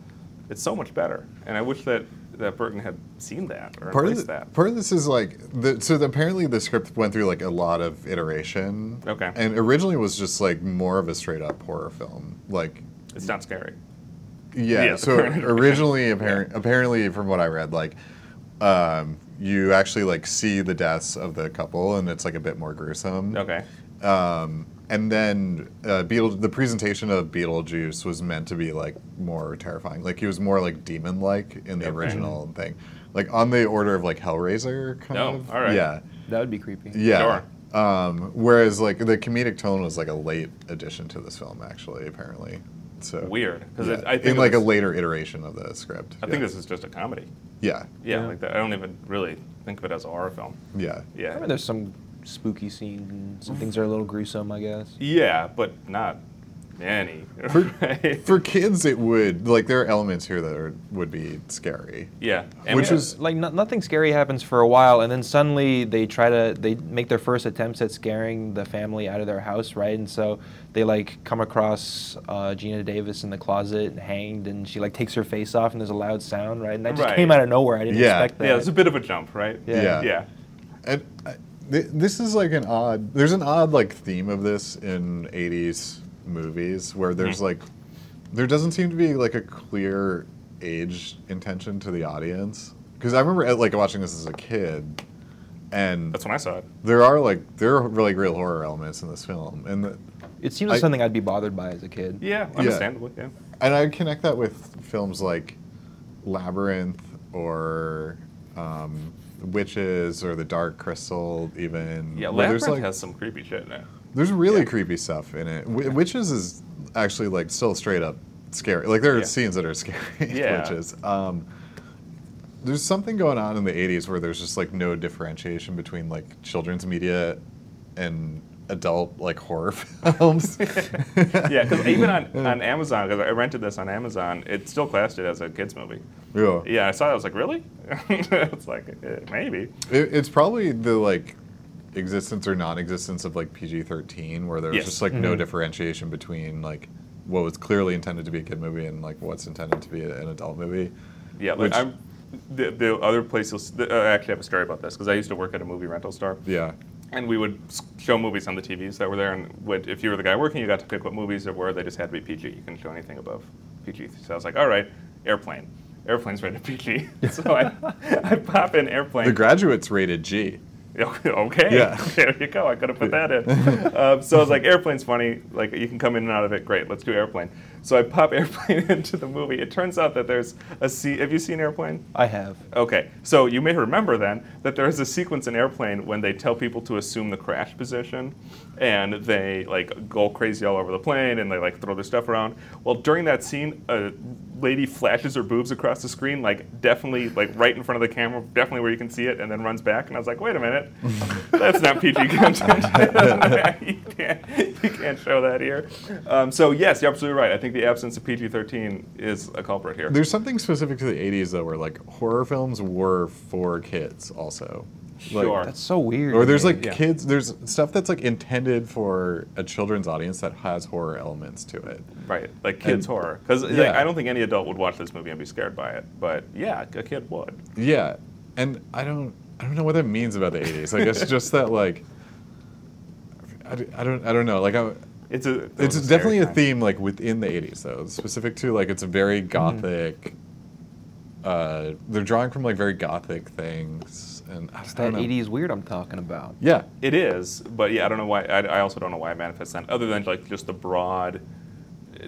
Speaker 2: it's so much better. And I wish that that Burton had seen that or
Speaker 1: part of,
Speaker 2: embraced
Speaker 1: the,
Speaker 2: that.
Speaker 1: part of this is like the, so the, apparently the script went through like a lot of iteration
Speaker 2: Okay.
Speaker 1: and originally was just like more of a straight up horror film like
Speaker 2: It's not scary.
Speaker 1: yeah,
Speaker 2: Yeah,
Speaker 1: so
Speaker 2: apparently.
Speaker 1: originally apparent, apparently from what i read like um, you actually like see the deaths of the couple and it's like a bit more gruesome
Speaker 2: Okay.
Speaker 1: um, and then uh, Beetle, the presentation of Beetlejuice was meant to be like more terrifying. Like he was more like demon-like in the
Speaker 2: Okay.
Speaker 1: original thing, like on the order of like Hellraiser kind
Speaker 2: Oh,
Speaker 1: of.
Speaker 2: all right.
Speaker 1: Yeah,
Speaker 3: That would be creepy.
Speaker 1: yeah. Um, whereas like the comedic tone was like a late addition to this film, actually. Apparently, so
Speaker 2: Weird. Because
Speaker 1: yeah.
Speaker 2: I think
Speaker 1: in like
Speaker 2: this,
Speaker 1: a later iteration of the script.
Speaker 2: I
Speaker 1: yeah.
Speaker 2: think this is just a comedy.
Speaker 1: Yeah,
Speaker 2: Yeah,
Speaker 3: Yeah.
Speaker 2: like that. I don't even really think of it as a horror film.
Speaker 1: yeah.
Speaker 3: I
Speaker 2: Yeah.
Speaker 3: mean, there's some spooky scenes and some things are a little gruesome, I guess.
Speaker 2: yeah, but not many.
Speaker 1: For-
Speaker 2: right?
Speaker 1: For kids, it would like there are elements here that are, would be scary.
Speaker 2: yeah.
Speaker 1: Which
Speaker 2: we-
Speaker 1: is-
Speaker 3: Like no, nothing scary happens for a while, and then suddenly they try to they make their first attempts at scaring the family out of their house, right? And so they like come across uh, Gina Davis in the closet and hanged, and she like takes her face off, and there's a loud sound, right? And that just
Speaker 2: Right.
Speaker 3: came out of nowhere. I didn't
Speaker 1: Yeah.
Speaker 3: expect that.
Speaker 2: yeah, it's a bit of a jump, right?
Speaker 3: Yeah.
Speaker 1: Yeah.
Speaker 2: Yeah.
Speaker 1: And I, th- this is like an odd. There's an odd like theme of this in '80s movies where there's
Speaker 2: Mm-hmm.
Speaker 1: like, there doesn't seem to be like a clear age intention to the audience. Because I remember uh, like watching this as a kid, and
Speaker 2: That's when I saw it.
Speaker 1: there are like there are really real horror elements in this film, and the,
Speaker 3: It seems like
Speaker 1: I-
Speaker 3: something I'd be bothered by as a kid.
Speaker 2: Yeah, understandably. Yeah.
Speaker 1: and I connect that with films like Labyrinth or. Um, Witches or the Dark Crystal, even
Speaker 2: Yeah,
Speaker 1: where there's,
Speaker 2: Labyrinth
Speaker 1: like-
Speaker 2: has some creepy shit in it.
Speaker 1: There's really
Speaker 2: Yeah.
Speaker 1: creepy stuff in it. Wh- Witches is actually like still straight up scary. Like there are
Speaker 2: Yeah.
Speaker 1: scenes that are scary. in
Speaker 2: Yeah.
Speaker 1: Witches. Um, there's something going on in the '80s where there's just like no differentiation between like children's media and adult like horror films.
Speaker 2: yeah, because even on, on Amazon, because I rented this on Amazon, it still classed it as a kids movie.
Speaker 1: Yeah.
Speaker 2: Yeah, I saw it. I was like, really? it's like eh, maybe.
Speaker 1: It, it's probably the like existence or non-existence of like PG-13, where there's
Speaker 2: Yes.
Speaker 1: just like no differentiation between like what was clearly intended to be a kid movie and like what's intended to be a- an adult movie.
Speaker 2: Yeah, like
Speaker 1: Which-
Speaker 2: I'm. The, the other place you'll s- the, I actually have a story about this because I used to work at a movie rental store,
Speaker 1: Yeah.
Speaker 2: and we would s- show movies on the TVs that were there. And would, if you were the guy working, you got to pick what movies there were. They just had to be PG. You couldn't show anything above PG. So I was like, all right, Airplane. Airplane's rated PG. so I, I pop in Airplane.
Speaker 1: The graduate's rated G.
Speaker 2: okay.
Speaker 1: Yeah.
Speaker 2: There you go. I could have put that in. um, so I was like, airplane's funny. Like you can come in and out of it. Great. Let's do airplane. So I pop airplane into the movie. It turns out that there's a scene. Have you seen airplane?
Speaker 3: I have.
Speaker 2: Okay. So you may remember then that there is a sequence in airplane when they tell people to assume the crash position, and they like go crazy all over the plane and they like throw their stuff around. Well, during that scene, a lady flashes her boobs across the screen, like definitely like right in front of the camera, definitely where you can see it, and then runs back. And I was like, wait a minute, that's not PG content. you, can't, you can't show that here. Um, so yes, you're absolutely right. I think the absence of PG-13 is a culprit here.
Speaker 1: There's something specific to the 80s though, where like horror films were for kids also. Like,
Speaker 2: Sure.
Speaker 3: That's so weird.
Speaker 1: Or there's
Speaker 3: man.
Speaker 1: like
Speaker 2: Yeah.
Speaker 1: kids. There's stuff that's like intended for a children's audience that has horror elements to it.
Speaker 2: Right, like
Speaker 1: And-
Speaker 2: kids horror. Because like,
Speaker 1: Yeah.
Speaker 2: I don't think any adult would watch this movie and be scared by it, but yeah, a kid would.
Speaker 1: Yeah, and I don't. I don't know what that means about the 80s. I guess just that like I, d- I don't I don't know. Like I,
Speaker 2: It's a. that
Speaker 1: it's
Speaker 2: was
Speaker 1: definitely a
Speaker 2: scary time.
Speaker 1: theme like within the '80s though. It's specific to like it's a very
Speaker 2: Mm-hmm.
Speaker 1: gothic. Uh, they're drawing from like very gothic things, and I,
Speaker 3: It's
Speaker 1: I don't
Speaker 3: that
Speaker 1: know.
Speaker 3: 80s weird I'm talking about.
Speaker 1: Yeah,
Speaker 2: It is, but yeah, I don't know why. I, I also don't know why it manifests then, other than like just the broad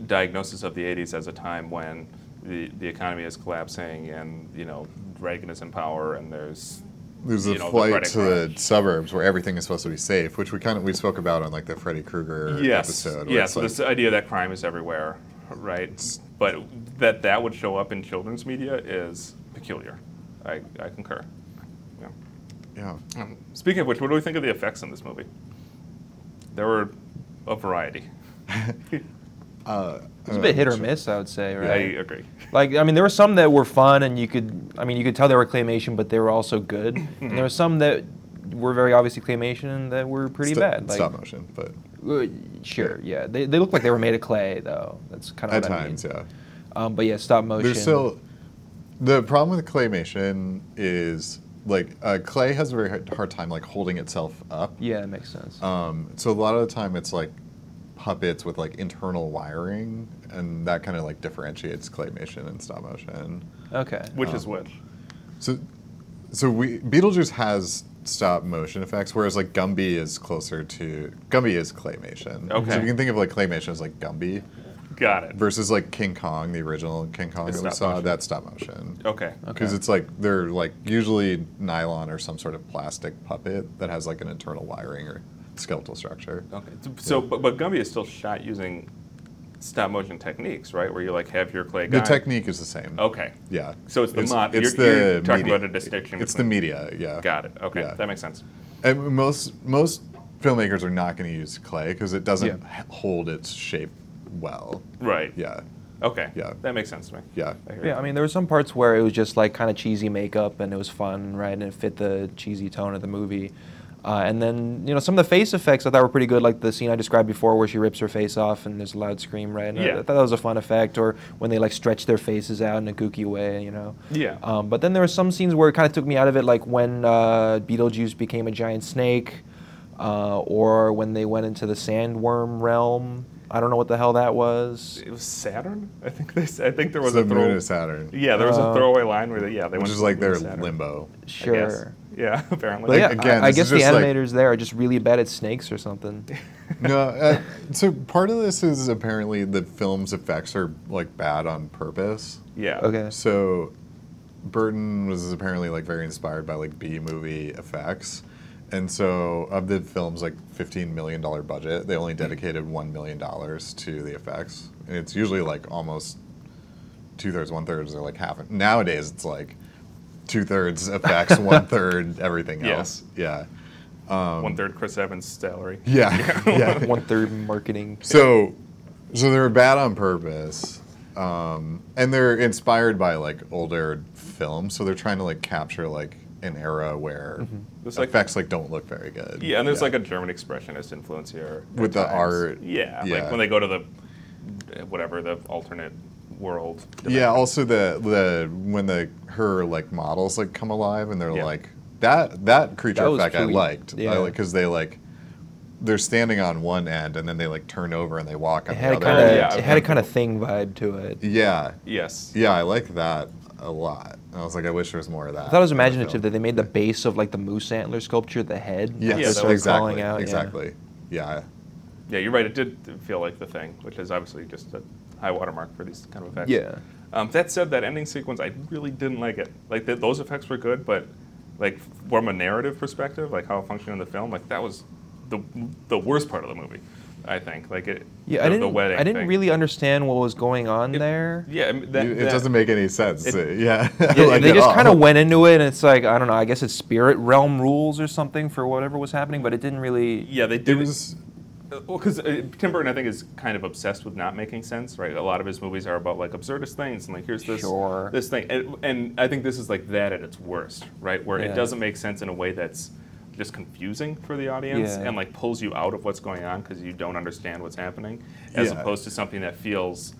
Speaker 2: diagnosis of the '80s as a time when the the economy is collapsing and you know Reagan is in power and there's
Speaker 1: there's a
Speaker 2: you know, the
Speaker 1: flight
Speaker 2: credit
Speaker 1: to the
Speaker 2: crunch.
Speaker 1: suburbs where everything is supposed to be safe, which we kind of we spoke about on like the Freddy Krueger
Speaker 2: yes,
Speaker 1: episode. where
Speaker 2: yeah.
Speaker 1: it's
Speaker 2: So
Speaker 1: like-
Speaker 2: this idea that crime is everywhere, right? But that that would show up in children's media is peculiar. I, I concur. Yeah.
Speaker 3: uh,
Speaker 1: yeah,
Speaker 2: Um, Speaking of which, what do we think of the effects in this movie? There were a variety.
Speaker 1: uh,
Speaker 3: It's
Speaker 1: uh,
Speaker 3: a bit hit or
Speaker 1: sure.
Speaker 3: miss, I would say,
Speaker 2: I
Speaker 3: right?
Speaker 2: agree.
Speaker 3: Like, I mean, there were some that were fun, and you could, I mean, you could tell they were claymation, but they were also good.
Speaker 1: Mm-hmm.
Speaker 3: and there were some that were very obviously claymation and that were pretty
Speaker 1: Sto-
Speaker 3: bad. Like,
Speaker 1: Stop motion, but
Speaker 3: uh, sure, yeah. They, they look like they were made of clay, though. That's kind of
Speaker 1: at
Speaker 3: what
Speaker 1: times,
Speaker 3: I mean.
Speaker 1: yeah.
Speaker 3: Um, but yeah, stop motion.
Speaker 1: There's still the problem with claymation is like uh, clay has a very hard, hard time like holding itself up.
Speaker 3: Yeah, that makes sense.
Speaker 1: Um, so a lot of the time it's like puppets with like internal wiring, and that kind of like differentiates claymation and stop motion.
Speaker 3: okay.
Speaker 2: Which
Speaker 1: Oh.
Speaker 2: is which?
Speaker 1: So, so we Beetlejuice has stop motion effects, whereas like Gumby is closer to Gumby is claymation. So
Speaker 2: Okay.
Speaker 1: you can think of like claymation as like Gumby
Speaker 2: Got it.
Speaker 1: versus like King Kong, the original King Kong
Speaker 2: It's
Speaker 1: that we
Speaker 2: stop
Speaker 1: saw.
Speaker 2: motion.
Speaker 1: That's stop motion.
Speaker 2: Okay.
Speaker 1: Because
Speaker 3: Okay.
Speaker 1: it's like they're like usually nylon or some sort of plastic puppet that has like an internal wiring or skeletal structure.
Speaker 2: Okay. So, so but, but Gumby is still shot using stop motion techniques, right? Where you like have your clay guy.
Speaker 1: The technique is the same.
Speaker 2: Okay.
Speaker 1: Yeah.
Speaker 2: Oh. So it's the mod-
Speaker 1: It's
Speaker 2: you're-
Speaker 1: the
Speaker 2: you're talking
Speaker 1: media-
Speaker 2: about a distinction
Speaker 1: It's the
Speaker 2: between-
Speaker 1: media. Yeah.
Speaker 2: Got it. Okay.
Speaker 1: Yeah.
Speaker 2: That makes sense.
Speaker 1: And most most filmmakers are not going to use clay because it doesn't
Speaker 3: Yeah.
Speaker 1: h hold its shape well.
Speaker 2: Right.
Speaker 1: Yeah.
Speaker 2: Okay.
Speaker 1: Yeah.
Speaker 2: That makes sense to me.
Speaker 1: Yeah.
Speaker 2: I hear
Speaker 3: Yeah, I mean, there were some parts where it was just like kind of cheesy makeup and it was fun, right? And it fit the cheesy tone of the movie. Uh, and then, you know, some of the face effects I thought were pretty good, like the scene I described before where she rips her face off and there's a loud scream, right? And I-
Speaker 2: Yeah.
Speaker 3: I thought that was a fun effect, or when they like stretch their faces out in a kooky way, you know?
Speaker 2: Yeah.
Speaker 3: Um, but then there were some scenes where it kind of took me out of it, like when uh, Beetlejuice became a giant snake, uh, or when they went into the sandworm realm. I don't know what the hell that was.
Speaker 2: It was Saturn. I think they. s- I think there was
Speaker 1: the
Speaker 2: a throw.
Speaker 1: moon is Saturn.
Speaker 2: Yeah, there was
Speaker 3: Uh,
Speaker 2: a throwaway line where they. Yeah, they
Speaker 1: Which
Speaker 2: went
Speaker 1: is
Speaker 2: to
Speaker 1: like
Speaker 2: the
Speaker 1: their
Speaker 2: moon and Saturn,
Speaker 1: limbo.
Speaker 2: I guess.
Speaker 3: Sure.
Speaker 2: Yeah.
Speaker 3: But
Speaker 2: Apparently.
Speaker 1: Like,
Speaker 3: yeah,
Speaker 1: again,
Speaker 3: I, I
Speaker 1: this
Speaker 3: guess
Speaker 1: is
Speaker 3: the
Speaker 1: just like-
Speaker 3: animators there are just really bad at snakes or something.
Speaker 1: no, uh, so part of this is apparently the film's effects are like bad on purpose.
Speaker 2: yeah.
Speaker 3: Okay.
Speaker 1: So Burton was apparently like very inspired by like B movie effects. And so of the film's like fifteen million dollar budget, they only dedicated one million dollars to the effects. And it's usually like almost two thirds, one thirds, or like half. Nowadays it's like two thirds effects, one third everything
Speaker 2: Yes.
Speaker 1: else. Yeah.
Speaker 2: One third Chris Evans' salary.
Speaker 1: Yeah. yeah.
Speaker 3: One third marketing.
Speaker 1: So, so they're bad on purpose, um, and they're inspired by like older films. So they're trying to like capture like an era where
Speaker 3: Mm-hmm.
Speaker 2: It's like-
Speaker 1: effects like, don't look very good.
Speaker 2: Yeah, and there's like a German expressionist influence here at
Speaker 1: With the
Speaker 2: times.
Speaker 1: art,
Speaker 2: Yeah,
Speaker 1: yeah.
Speaker 2: like when they go to the uh, whatever the alternate world.
Speaker 1: yeah. Also, the the when the her like models like come alive and they're
Speaker 2: Yeah.
Speaker 1: like that that creature
Speaker 3: That was
Speaker 1: effect I
Speaker 3: pretty-
Speaker 1: liked.
Speaker 3: yeah.
Speaker 1: because they like. They're standing on one end, and then they like turn over and they walk on
Speaker 3: It had a
Speaker 1: the
Speaker 3: kind
Speaker 1: other.
Speaker 3: of
Speaker 2: yeah,
Speaker 3: it had a
Speaker 2: I've-
Speaker 3: kind of thing vibe to it.
Speaker 1: Yeah,
Speaker 2: Yes.
Speaker 1: yeah, I like that a lot. I was like, I wish there was more of that.
Speaker 3: I thought it was
Speaker 1: in the film.
Speaker 3: imaginative that they made the base of like the moose antler sculpture the head. and
Speaker 1: Yes,
Speaker 3: that's
Speaker 2: Yeah,
Speaker 3: what
Speaker 2: that
Speaker 3: started
Speaker 2: was-
Speaker 1: exactly.
Speaker 3: calling out, yeah.
Speaker 1: exactly. Yeah.
Speaker 2: Yeah, you're right. It did feel like the thing, which is obviously just a high watermark for these kind of effects.
Speaker 3: Yeah.
Speaker 2: Um, that said, that ending sequence, I really didn't like it. Like th- those effects were good, but like from a narrative perspective, like how it functioned in the film, like that was the the worst part of the movie. I think. Like it.
Speaker 3: Yeah,
Speaker 2: the,
Speaker 3: I
Speaker 2: the
Speaker 3: didn't.
Speaker 2: wedding.
Speaker 3: I didn't
Speaker 2: thing.
Speaker 3: really understand what was going on
Speaker 2: It-
Speaker 3: there.
Speaker 2: Yeah, I mean, that,
Speaker 1: You- it
Speaker 2: that-
Speaker 1: doesn't make any sense.
Speaker 2: it-
Speaker 1: yeah.
Speaker 3: Yeah,
Speaker 1: like
Speaker 3: they
Speaker 1: at
Speaker 3: just
Speaker 1: all.
Speaker 3: kind of went into it, and it's like I don't know. I guess it's spirit realm rules or something for whatever was happening, but it didn't really.
Speaker 2: Yeah, they
Speaker 1: It
Speaker 2: did.
Speaker 1: was.
Speaker 2: Uh, Well, because uh, Tim Burton, I think, is kind of obsessed with not making sense, right? A lot of his movies are about like absurdist things, and like here's this
Speaker 3: Sure.
Speaker 2: this thing, and, and I think this is like that at its worst, right? Where
Speaker 3: Yeah.
Speaker 2: it doesn't make sense in a way that's just confusing for the audience
Speaker 3: Yeah.
Speaker 2: and like pulls you out of what's going on because you don't understand what's happening, as
Speaker 1: Yeah.
Speaker 2: opposed to something that feels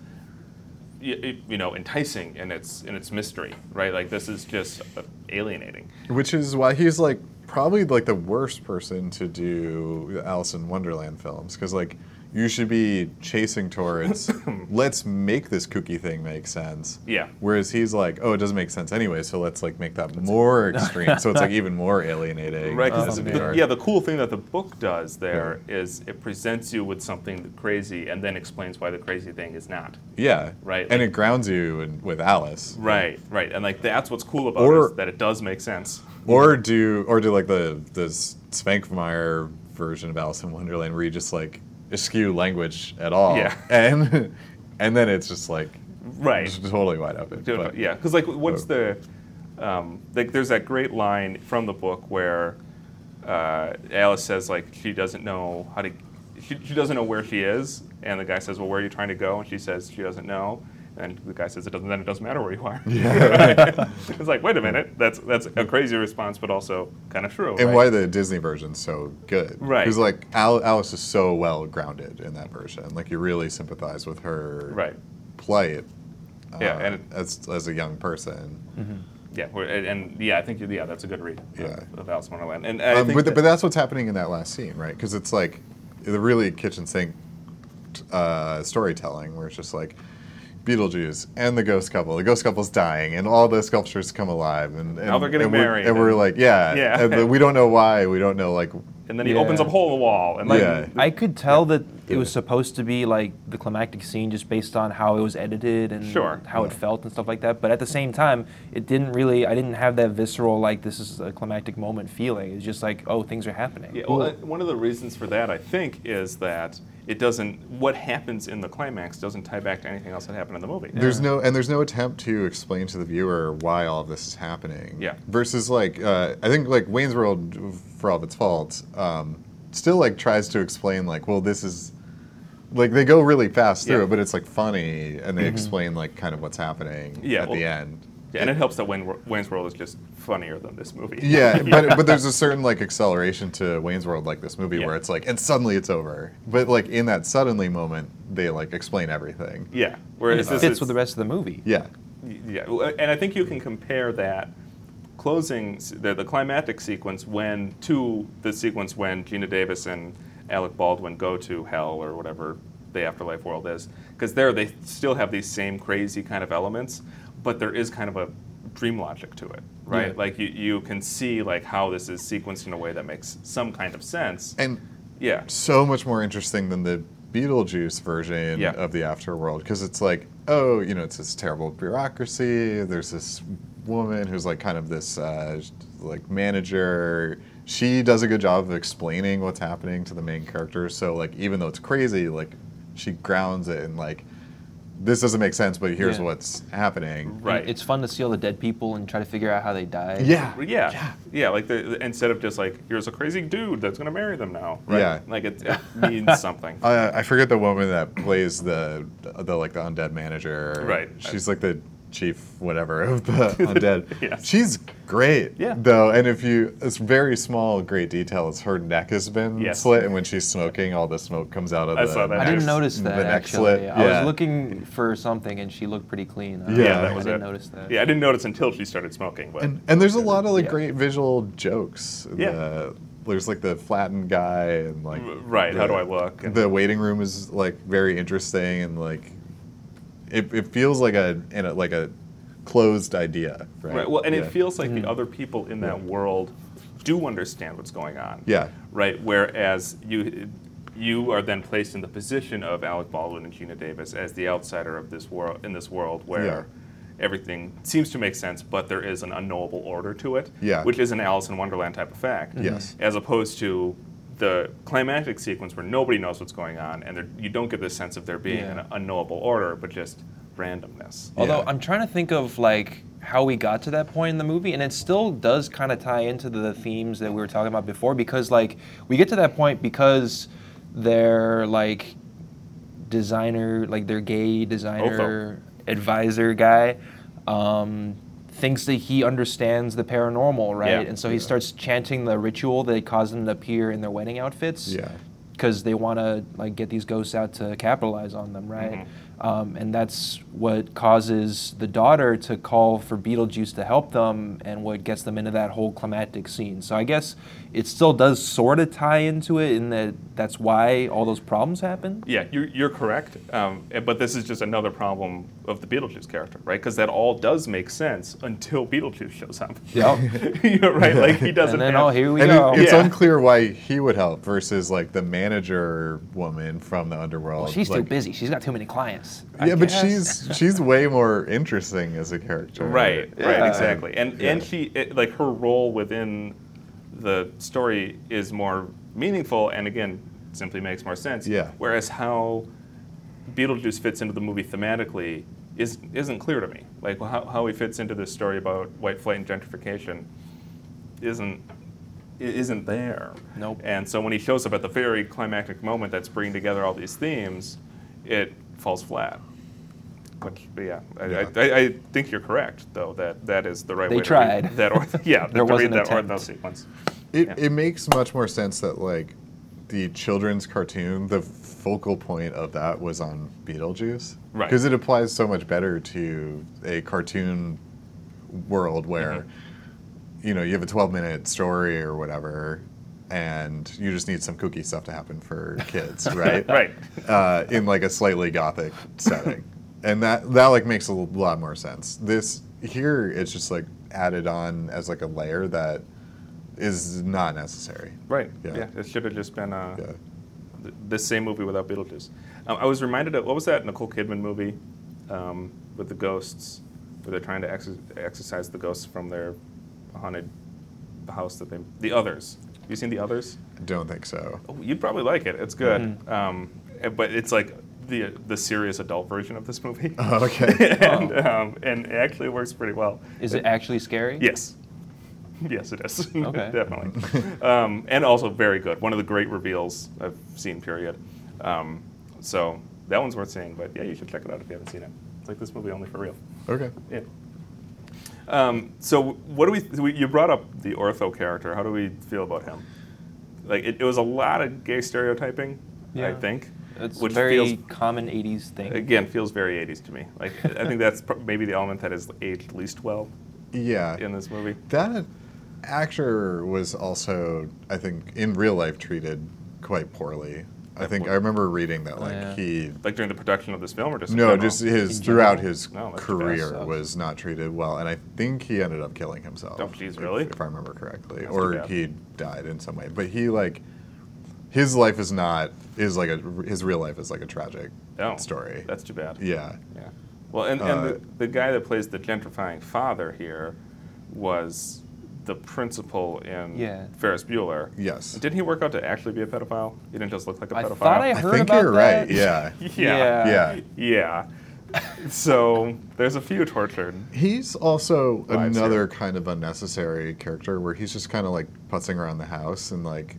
Speaker 2: you, you know enticing in its in its mystery, right? Like this is just uh, alienating.
Speaker 1: Which is why he's like probably like the worst person to do the Alice in Wonderland films because like you should be chasing towards let's make this kooky thing make sense.
Speaker 2: Yeah.
Speaker 1: Whereas he's like, oh, it doesn't make sense anyway, so let's like make that more extreme. so it's like even more alienating.
Speaker 2: Right, 'cause
Speaker 1: as
Speaker 2: the-
Speaker 1: a
Speaker 2: the-
Speaker 1: viewer.
Speaker 2: yeah, the cool thing that the book does there is it presents you with something that crazy and then explains why the crazy thing is not.
Speaker 1: Yeah.
Speaker 2: Right,
Speaker 1: And
Speaker 2: like-
Speaker 1: it grounds you in, with Alice.
Speaker 2: Right, right, and like that's what's cool about
Speaker 1: Or-
Speaker 2: it is that it does make sense.
Speaker 1: Or do or do like the the Spankmeyer version of Alice in Wonderland where you just like eschew language at all.
Speaker 2: Yeah.
Speaker 1: And and then it's just like
Speaker 2: Right.
Speaker 1: just totally wide open.
Speaker 2: Dude,
Speaker 1: But-
Speaker 2: yeah, because like, what's
Speaker 1: but-
Speaker 2: the um, like? There's that great line from the book where uh, Alice says like she doesn't know how to, she, she doesn't know where she is, and the guy says, "Well, where are you trying to go?" And she says she doesn't know, and the guy says, "It doesn't. Then it doesn't matter where you are."
Speaker 1: Yeah.
Speaker 2: it's like, wait a minute, that's that's a crazy response, but also kind of true.
Speaker 1: And
Speaker 2: right?
Speaker 1: why the Disney version's so good.
Speaker 2: Right.
Speaker 1: Because, like, Al- Alice is so well grounded in that version. Like, you really sympathize with her
Speaker 2: Right.
Speaker 1: plight uh,
Speaker 2: Yeah, and it-
Speaker 1: as, as a young person.
Speaker 2: Yeah, we're, and, and yeah, I think yeah, that's a good read of-
Speaker 1: Yeah.
Speaker 2: of, Alice in Wonderland. And I
Speaker 1: Um,
Speaker 2: think
Speaker 1: but,
Speaker 2: that-
Speaker 1: but that's what's happening in that last scene, right? Because it's like the really kitchen sink uh, storytelling, where it's just like Beetlejuice and the ghost couple. The ghost couple's dying, and all the sculptures come alive, and, and
Speaker 2: Now they're getting
Speaker 1: and we're-
Speaker 2: married,
Speaker 1: and we're
Speaker 2: and-
Speaker 1: like, yeah,
Speaker 2: Yeah.
Speaker 1: and the- we don't know why, we don't know like,
Speaker 2: and then he
Speaker 3: Yeah.
Speaker 2: opens up a hole in the wall, and like,
Speaker 1: Yeah.
Speaker 3: I could tell that it was
Speaker 1: Yeah.
Speaker 3: supposed to be like the climactic scene just based on how it was edited and
Speaker 2: Sure.
Speaker 3: how it felt and stuff like that. But at the same time, it didn't really, I didn't have that visceral, like, this is a climactic moment feeling. It was just like, oh, things are happening.
Speaker 2: Yeah, well, uh, one of the reasons for that, I think, is that it doesn't. What happens in the climax doesn't tie back to anything else that happened in the movie.
Speaker 1: There's no and there's no attempt to explain to the viewer why all of this is happening.
Speaker 2: Yeah.
Speaker 1: Versus like uh, I think like Wayne's World, for all of its faults, um, still like tries to explain like well this is, like they go really fast through
Speaker 2: Yeah. Mm-hmm.
Speaker 1: it, but it's like funny and they explain like kind of what's happening
Speaker 2: Yeah,
Speaker 1: at
Speaker 2: well-
Speaker 1: the end.
Speaker 2: Yeah, and it helps that Wayne, Wor- Wayne's World is just funnier than this movie.
Speaker 1: Yeah, but but there's a certain like acceleration to Wayne's World like this movie
Speaker 2: Yeah.
Speaker 1: where it's like and suddenly it's over. But like in that suddenly moment, they like explain everything.
Speaker 2: yeah.
Speaker 3: It
Speaker 2: Whereas this
Speaker 3: fits
Speaker 2: is,
Speaker 3: with the rest of the movie.
Speaker 1: Yeah.
Speaker 2: Yeah, well, uh, and I think you can compare that closing, s- the, the climactic sequence when to the sequence when Gina Davis and Alec Baldwin go to hell or whatever the afterlife world is, because there they still have these same crazy kind of elements, but there is kind of a dream logic to it, right?
Speaker 3: Yeah.
Speaker 2: Like you, you can see like how this is sequenced in a way that makes some kind of sense.
Speaker 1: And
Speaker 2: yeah,
Speaker 1: so much more interesting than the Beetlejuice version
Speaker 2: Yeah.
Speaker 1: of the afterworld because it's like, oh, you know, it's this terrible bureaucracy. There's this woman who's like kind of this uh, like manager. She does a good job of explaining what's happening to the main character. So like, even though it's crazy, like she grounds it and like, this doesn't make sense, but here's
Speaker 3: Yeah.
Speaker 1: what's happening.
Speaker 2: right.
Speaker 3: It's fun to see all the dead people and try to figure out how they died.
Speaker 1: Yeah.
Speaker 2: Yeah, yeah, Like the, the- instead of just like here's a crazy dude that's gonna marry them now, right?
Speaker 1: Yeah.
Speaker 2: Like it, it means something.
Speaker 1: Uh, I forget the woman that plays the the like the undead manager.
Speaker 2: Right.
Speaker 1: She's like the chief whatever of the undead.
Speaker 2: Yes.
Speaker 1: She's great.
Speaker 2: Yeah.
Speaker 1: Though, and if you, it's very small, great detail. Is her neck has been
Speaker 2: Yes.
Speaker 1: slit, and when she's smoking, all the smoke comes out of
Speaker 2: I
Speaker 1: the.
Speaker 2: saw that.
Speaker 3: I didn't
Speaker 2: Nice.
Speaker 3: notice
Speaker 1: The
Speaker 3: that
Speaker 1: neck
Speaker 3: actually.
Speaker 1: slit,
Speaker 3: I
Speaker 1: yeah.
Speaker 3: was looking for something and she looked pretty clean. I-
Speaker 1: Yeah,
Speaker 2: yeah,
Speaker 1: I
Speaker 2: that was
Speaker 3: I
Speaker 2: it.
Speaker 3: didn't notice that.
Speaker 2: Yeah, I didn't notice until she started smoking. But
Speaker 1: And, and there's a lot of like
Speaker 3: Yeah.
Speaker 1: great visual jokes.
Speaker 2: Yeah.
Speaker 1: The- there's like the flattened guy and like.
Speaker 2: R- right, how
Speaker 1: the-
Speaker 2: do I look? And-
Speaker 1: the waiting room is like very interesting and like, it, it feels like a in a, like a closed idea, right?
Speaker 2: right. Well, and
Speaker 1: Yeah.
Speaker 2: it feels like
Speaker 3: Mm.
Speaker 2: the other people in that world do understand what's going on.
Speaker 1: Yeah.
Speaker 2: Right. Whereas you, you are then placed in the position of Alec Baldwin and Gina Davis as the outsider of this world in this world where.
Speaker 1: Yeah.
Speaker 2: Everything seems to make sense, but there is an unknowable order to it,
Speaker 1: Yeah. Mm-hmm.
Speaker 2: which is an Alice in Wonderland type of fact.
Speaker 1: Yes.
Speaker 2: as opposed to the climactic sequence where nobody knows what's going on and there- you don't get this sense of there being
Speaker 3: Yeah.
Speaker 2: an unknowable order, but just randomness.
Speaker 3: Although
Speaker 1: Yeah.
Speaker 3: I'm trying to think of like how we got to that point in the movie, and it still does kind of tie into the themes that we were talking about before, because like we get to that point because their like designer, like their gay designer advisor guy, um, thinks that he understands the paranormal, right?
Speaker 2: Yeah.
Speaker 3: And so he
Speaker 1: Yeah.
Speaker 3: starts chanting the ritual that caused them to appear in their wedding outfits
Speaker 1: Yeah.
Speaker 3: because they want to like get these ghosts out to capitalize on them, right?
Speaker 2: Mm-hmm.
Speaker 3: Um, and that's what causes the daughter to call for Beetlejuice to help them and what gets them into that whole climactic scene. So I guess it still does sort of tie into it in that that's why all those problems happen.
Speaker 2: Yeah, you're, you're correct. Um, eh, but this is just another problem of the Beetlejuice character, right? Because that all does make sense until Beetlejuice shows up.
Speaker 3: Yep.
Speaker 2: you know, right? Like he doesn't.
Speaker 3: And then,
Speaker 2: have,
Speaker 3: oh, here we
Speaker 1: And
Speaker 3: go.
Speaker 1: it, it's
Speaker 2: Yeah.
Speaker 1: unclear why he would help versus like the manager woman from the underworld.
Speaker 3: Well, she's too
Speaker 1: like,
Speaker 3: busy. She's got too many clients.
Speaker 1: Yeah, but she's she's way more interesting as a character.
Speaker 2: Right,
Speaker 3: Yeah.
Speaker 2: right, exactly. And and
Speaker 1: Yeah.
Speaker 2: she it, like her role within the story is more meaningful, and again, simply makes more sense.
Speaker 1: Yeah.
Speaker 2: Whereas how Beetlejuice fits into the movie thematically is isn't clear to me. Like how how he fits into this story about white flight and gentrification isn't i- isn't there.
Speaker 3: Nope.
Speaker 2: And so when he shows up at the very climactic moment that's bringing together all these themes, it falls flat. Which, but yeah, I,
Speaker 1: Yeah.
Speaker 2: I, I, I think you're correct, though, that that is the right
Speaker 3: They
Speaker 2: way to
Speaker 3: tried.
Speaker 2: read that. Or, yeah, to
Speaker 3: There was
Speaker 2: read
Speaker 3: an
Speaker 2: that ortho
Speaker 3: attempt.
Speaker 2: sequence.
Speaker 1: It
Speaker 2: Yeah.
Speaker 1: it makes much more sense that like the children's cartoon, the focal point of that was on Beetlejuice,
Speaker 2: Right.
Speaker 1: Because it applies so much better to a cartoon world where.
Speaker 2: Mm-hmm.
Speaker 1: You know, you have a 12 minute story or whatever, and you just need some kooky stuff to happen for kids, right?
Speaker 2: Right.
Speaker 1: uh, in like a slightly gothic setting, and that that like makes a l- lot more sense. This here, it's just like added on as like a layer that is not necessary.
Speaker 2: Right.
Speaker 1: Yeah.
Speaker 2: Yeah. It should have just been uh,
Speaker 1: Yeah.
Speaker 2: th- the same movie without Beetlejuice. Um, I was reminded of what was that Nicole Kidman movie um, with the ghosts, where they're trying to ex- exercise the ghosts from their haunted house that they. The Others. You seen The Others?
Speaker 1: I don't think so.
Speaker 2: Oh, You'd probably like it. It's good.
Speaker 3: Mm-hmm.
Speaker 2: Um, eh, but it's like the the serious adult version of this movie.
Speaker 1: Oh, okay.
Speaker 2: and, um, and it actually works pretty well.
Speaker 3: Oh. Is it actually scary?
Speaker 2: Yes. Yes, it is.
Speaker 3: Okay.
Speaker 2: Definitely. Um, and also very good. One of the great reveals I've seen, period. Um, so that one's worth seeing, but yeah, you should check it out if you haven't seen it. It's like this movie only for real.
Speaker 1: Okay.
Speaker 2: Yeah. Um, so what do we, so we? You brought up the ortho character. How do we feel about him? Like it, it was a lot of gay stereotyping, I
Speaker 3: Yeah.
Speaker 2: think,
Speaker 3: It's a very
Speaker 2: feels
Speaker 3: common 80s thing.
Speaker 2: again feels very 80s to me. Like I think that's pro- maybe the element that has aged least well
Speaker 1: Yeah.
Speaker 2: in this movie.
Speaker 1: That actor was also, I think, in real life treated quite poorly. I think I remember reading that like
Speaker 3: yeah.
Speaker 1: he
Speaker 2: Like during the production of this film, or just in
Speaker 1: no,
Speaker 2: general?
Speaker 1: just his
Speaker 3: In
Speaker 1: throughout
Speaker 3: general?
Speaker 1: his
Speaker 2: No, that's
Speaker 1: career
Speaker 3: bad.
Speaker 1: was not treated well, and I think he ended up killing himself.
Speaker 2: Oh, geez,
Speaker 1: if-
Speaker 2: really?
Speaker 1: If, I remember correctly,
Speaker 2: That's too
Speaker 1: or
Speaker 2: bad.
Speaker 1: he died in some way. But he like his life is not is like a his real life is like a tragic
Speaker 2: No,
Speaker 1: story.
Speaker 2: Oh, That's too bad.
Speaker 1: yeah,
Speaker 2: Yeah. Well, and, and
Speaker 1: Uh,
Speaker 2: the, the guy that plays the gentrifying father here was the principal in
Speaker 3: Yeah.
Speaker 2: Ferris Bueller.
Speaker 1: yes.
Speaker 2: Didn't he work out to actually be a pedophile? He didn't just look like a
Speaker 3: I
Speaker 2: pedophile.
Speaker 3: thought I
Speaker 1: I
Speaker 3: heard
Speaker 1: think
Speaker 3: about
Speaker 1: you're
Speaker 3: that.
Speaker 1: right. Yeah,
Speaker 2: Yeah.
Speaker 1: yeah.
Speaker 2: Yeah. so there's a few tortured.
Speaker 1: He's also
Speaker 2: Lives here.
Speaker 1: another kind of unnecessary character where he's just kind of like putzing around the house and like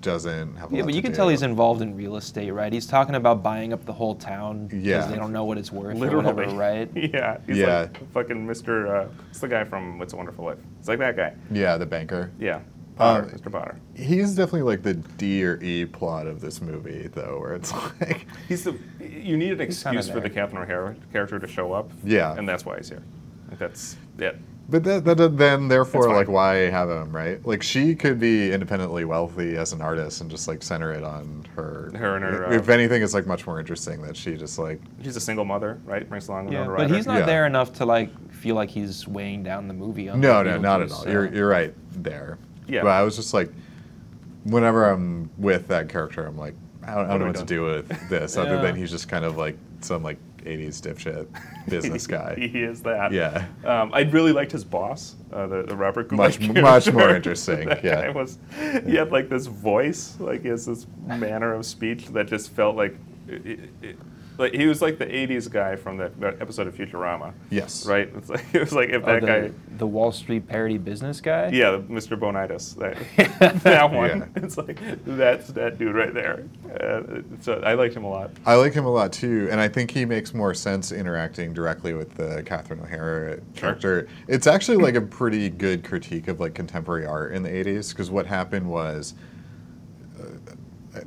Speaker 1: doesn't have. A
Speaker 3: Yeah,
Speaker 1: lot
Speaker 3: but
Speaker 1: to
Speaker 3: you can
Speaker 1: do.
Speaker 3: tell he's involved in real estate, right? He's talking about buying up the whole town because
Speaker 1: Yeah.
Speaker 3: they don't know what it's worth
Speaker 2: Literally,
Speaker 3: or whatever, right?
Speaker 2: yeah, he's
Speaker 1: Yeah.
Speaker 2: like fucking Mr. Uh, it's the guy from It's a Wonderful Life. It's like that guy.
Speaker 1: Yeah, the banker.
Speaker 2: Yeah, Potter,
Speaker 1: Uh,
Speaker 2: Mr. Potter.
Speaker 1: He's definitely like the D or E plot of this movie, though, where it's like,
Speaker 2: He's the. You need an
Speaker 3: He's kinda
Speaker 2: excuse for the
Speaker 3: there.
Speaker 2: Catherine O'Hara character to show up.
Speaker 1: Yeah.
Speaker 2: and that's why he's here. Like, that's it.
Speaker 1: but that, that, then therefore,
Speaker 2: That's
Speaker 1: like,
Speaker 2: fine.
Speaker 1: why have him, right? Like, she could be independently wealthy as an artist and just like center it on her.
Speaker 2: Her and her,
Speaker 1: If
Speaker 2: uh,
Speaker 1: anything, it's like much more interesting that she just like,
Speaker 2: She's a single mother, right? Brings along
Speaker 3: Yeah,
Speaker 2: another
Speaker 3: but
Speaker 2: rider.
Speaker 3: he's not
Speaker 1: Yeah.
Speaker 3: there enough to like feel like he's weighing down the movie. On
Speaker 1: no,
Speaker 3: the
Speaker 1: no, not at
Speaker 3: Beetlejuice,
Speaker 1: all.
Speaker 3: so-
Speaker 1: You're you're right there.
Speaker 2: Yeah.
Speaker 1: But I was just like, whenever I'm with that character, I'm like, I don't, I don't know
Speaker 2: What
Speaker 1: what
Speaker 2: have
Speaker 1: to do with this other
Speaker 3: Yeah.
Speaker 1: than he's just kind of like some like '80s dipshit business guy.
Speaker 2: he is that.
Speaker 1: Yeah.
Speaker 2: Um, I really liked his boss, uh, the, the Robert
Speaker 1: Much-
Speaker 2: Goulet character.
Speaker 1: much more interesting,
Speaker 2: that
Speaker 1: yeah.
Speaker 2: guy was. He had like this voice, like he has this manner of speech that just felt like, it, it- it- like he was like the '80s guy from that that episode of Futurama.
Speaker 1: Yes.
Speaker 2: Right. It's like, it was like if
Speaker 3: Oh,
Speaker 2: that
Speaker 3: the,
Speaker 2: guy.
Speaker 3: the Wall Street parody business guy.
Speaker 2: Yeah, Mr. Bonitis. That, that one.
Speaker 1: Yeah.
Speaker 2: It's like that's that dude right there. Uh, so I liked him a lot.
Speaker 1: I like him a lot too, and I think he makes more sense interacting directly with the Catherine O'Hara character. It's actually like a pretty good critique of like contemporary art in the '80s because what happened was, uh,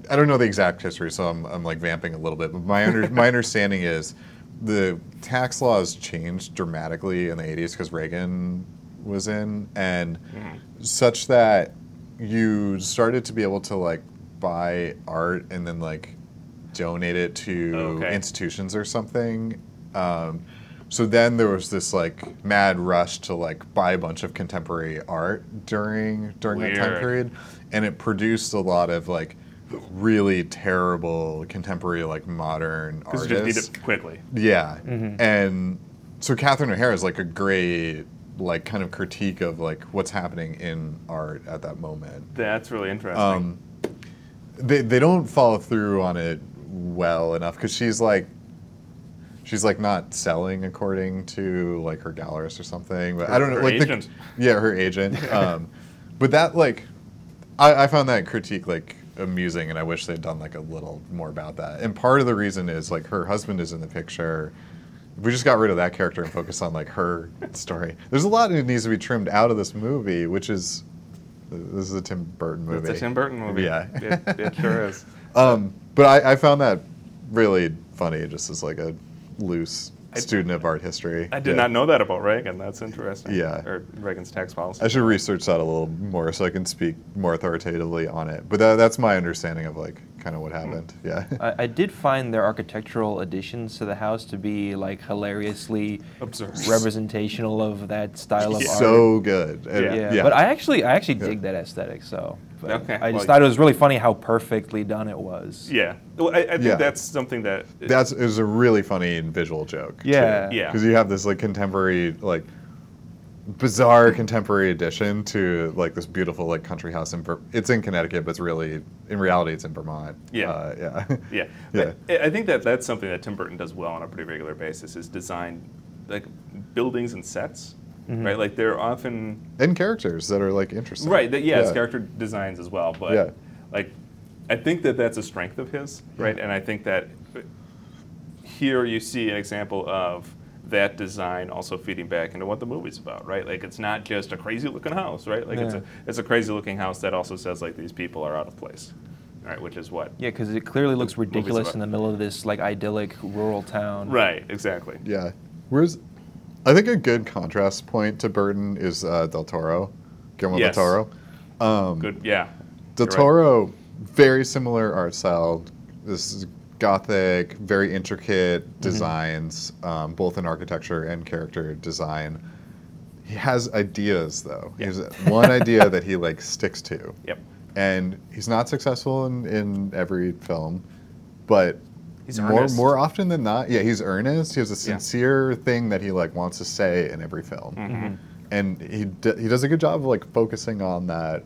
Speaker 1: I don't know the exact history, so I'm, I'm like vamping a little bit. But my under, my understanding is the tax laws changed dramatically in the 80s because Reagan was in, and such that you started to be able to like buy art and then like donate it to
Speaker 2: Oh, Okay.
Speaker 1: institutions or something. Um, so then there was this like mad rush to like buy a bunch of contemporary art during during that time
Speaker 2: Weird.
Speaker 1: period, and it produced a lot of like really terrible contemporary like modern
Speaker 2: Because
Speaker 1: artists.
Speaker 2: you just need it quickly.
Speaker 1: Yeah, and so Catherine O'Hara is like a great like kind of critique of like what's happening in art at that moment.
Speaker 2: That's really interesting.
Speaker 1: Um, they they don't follow through on it well enough because she's like. She's like not selling according to like her gallerist or something, but I don't know.
Speaker 2: Her
Speaker 1: like the-
Speaker 2: agent.
Speaker 1: yeah, her agent. Um, but that like, I, I found that critique like amusing, and I wish they'd done like a little more about that. And part of the reason is like her husband is in the picture. If we just got rid of that character and focused on like her story, there's a lot that needs to be trimmed out of this movie, which is this is a Tim Burton movie.
Speaker 2: it's a Tim Burton movie.
Speaker 1: Yeah.
Speaker 2: It, it sure is.
Speaker 1: Um, but I, I found that really funny, just as like a loose
Speaker 2: I-
Speaker 1: student of art history.
Speaker 2: I did
Speaker 1: Yeah.
Speaker 2: not know that about Reagan. That's interesting.
Speaker 1: Yeah.
Speaker 2: Or Reagan's tax policy.
Speaker 1: I should research that a little more so I can speak more authoritatively on it. But that, that's my understanding of like kind
Speaker 2: Hmm.
Speaker 1: of what happened. Yeah.
Speaker 3: I, I did find their architectural additions to the house to be like hilariously
Speaker 2: Absurd.
Speaker 3: representational of that style of art.
Speaker 1: so good. And-
Speaker 2: Yeah.
Speaker 3: yeah.
Speaker 1: yeah.
Speaker 3: but I actually I actually
Speaker 1: Yeah.
Speaker 3: dig that aesthetic. So but
Speaker 2: Okay,
Speaker 3: I just
Speaker 2: well-
Speaker 3: thought it was really funny how perfectly done it was.
Speaker 2: Yeah. Well, I, I think
Speaker 1: Yeah.
Speaker 2: that's something that.
Speaker 1: that's is a really funny and visual joke.
Speaker 3: Yeah.
Speaker 2: Yeah.
Speaker 1: Because you have this like contemporary like bizarre contemporary addition to like this beautiful like country house in Ver- it's in Connecticut, but it's really in reality it's in Vermont.
Speaker 2: Yeah.
Speaker 1: Uh, yeah.
Speaker 2: Yeah.
Speaker 1: Yeah.
Speaker 2: But I I think that that's something that Tim Burton does well on a pretty regular basis is design like buildings and sets,
Speaker 1: Mm-hmm.
Speaker 2: right? Like they're often
Speaker 1: and characters that are like interesting.
Speaker 2: right. That, yeah, it's character designs as well, but
Speaker 1: Yeah.
Speaker 2: like I think that that's a strength of his, right? And I think that here you see an example of that design also feeding back into what the movie's about, right? Like it's not just a crazy looking house, right? Like it's
Speaker 3: Yeah.
Speaker 2: a it's a crazy looking house that also says like these people are out of place, right? Which is what.
Speaker 3: Yeah, because it clearly looks
Speaker 2: movie's
Speaker 3: ridiculous
Speaker 2: about-
Speaker 3: in the middle of this like idyllic rural town.
Speaker 2: Right. Exactly.
Speaker 1: Yeah. Where's I think a good contrast point to Burton is uh, Del Toro, Guillermo
Speaker 2: Yes.
Speaker 1: del Toro. Um,
Speaker 2: Good. Yeah.
Speaker 1: Del
Speaker 2: You're right.
Speaker 1: Toro, very similar art style. This is gothic, very
Speaker 2: Mm-hmm.
Speaker 1: intricate designs, um, both in architecture and character design. He has ideas though. He
Speaker 2: Yeah.
Speaker 1: has one idea that he like sticks to.
Speaker 2: Yep.
Speaker 1: And he's not successful in, in every film, but
Speaker 2: He's
Speaker 1: more
Speaker 2: earnest.
Speaker 1: more often than not, yeah, he's earnest. He has a sincere thing that he like wants to say in every film,
Speaker 2: Hmm. Mm-hmm.
Speaker 1: and he d- he does a good job of like focusing on that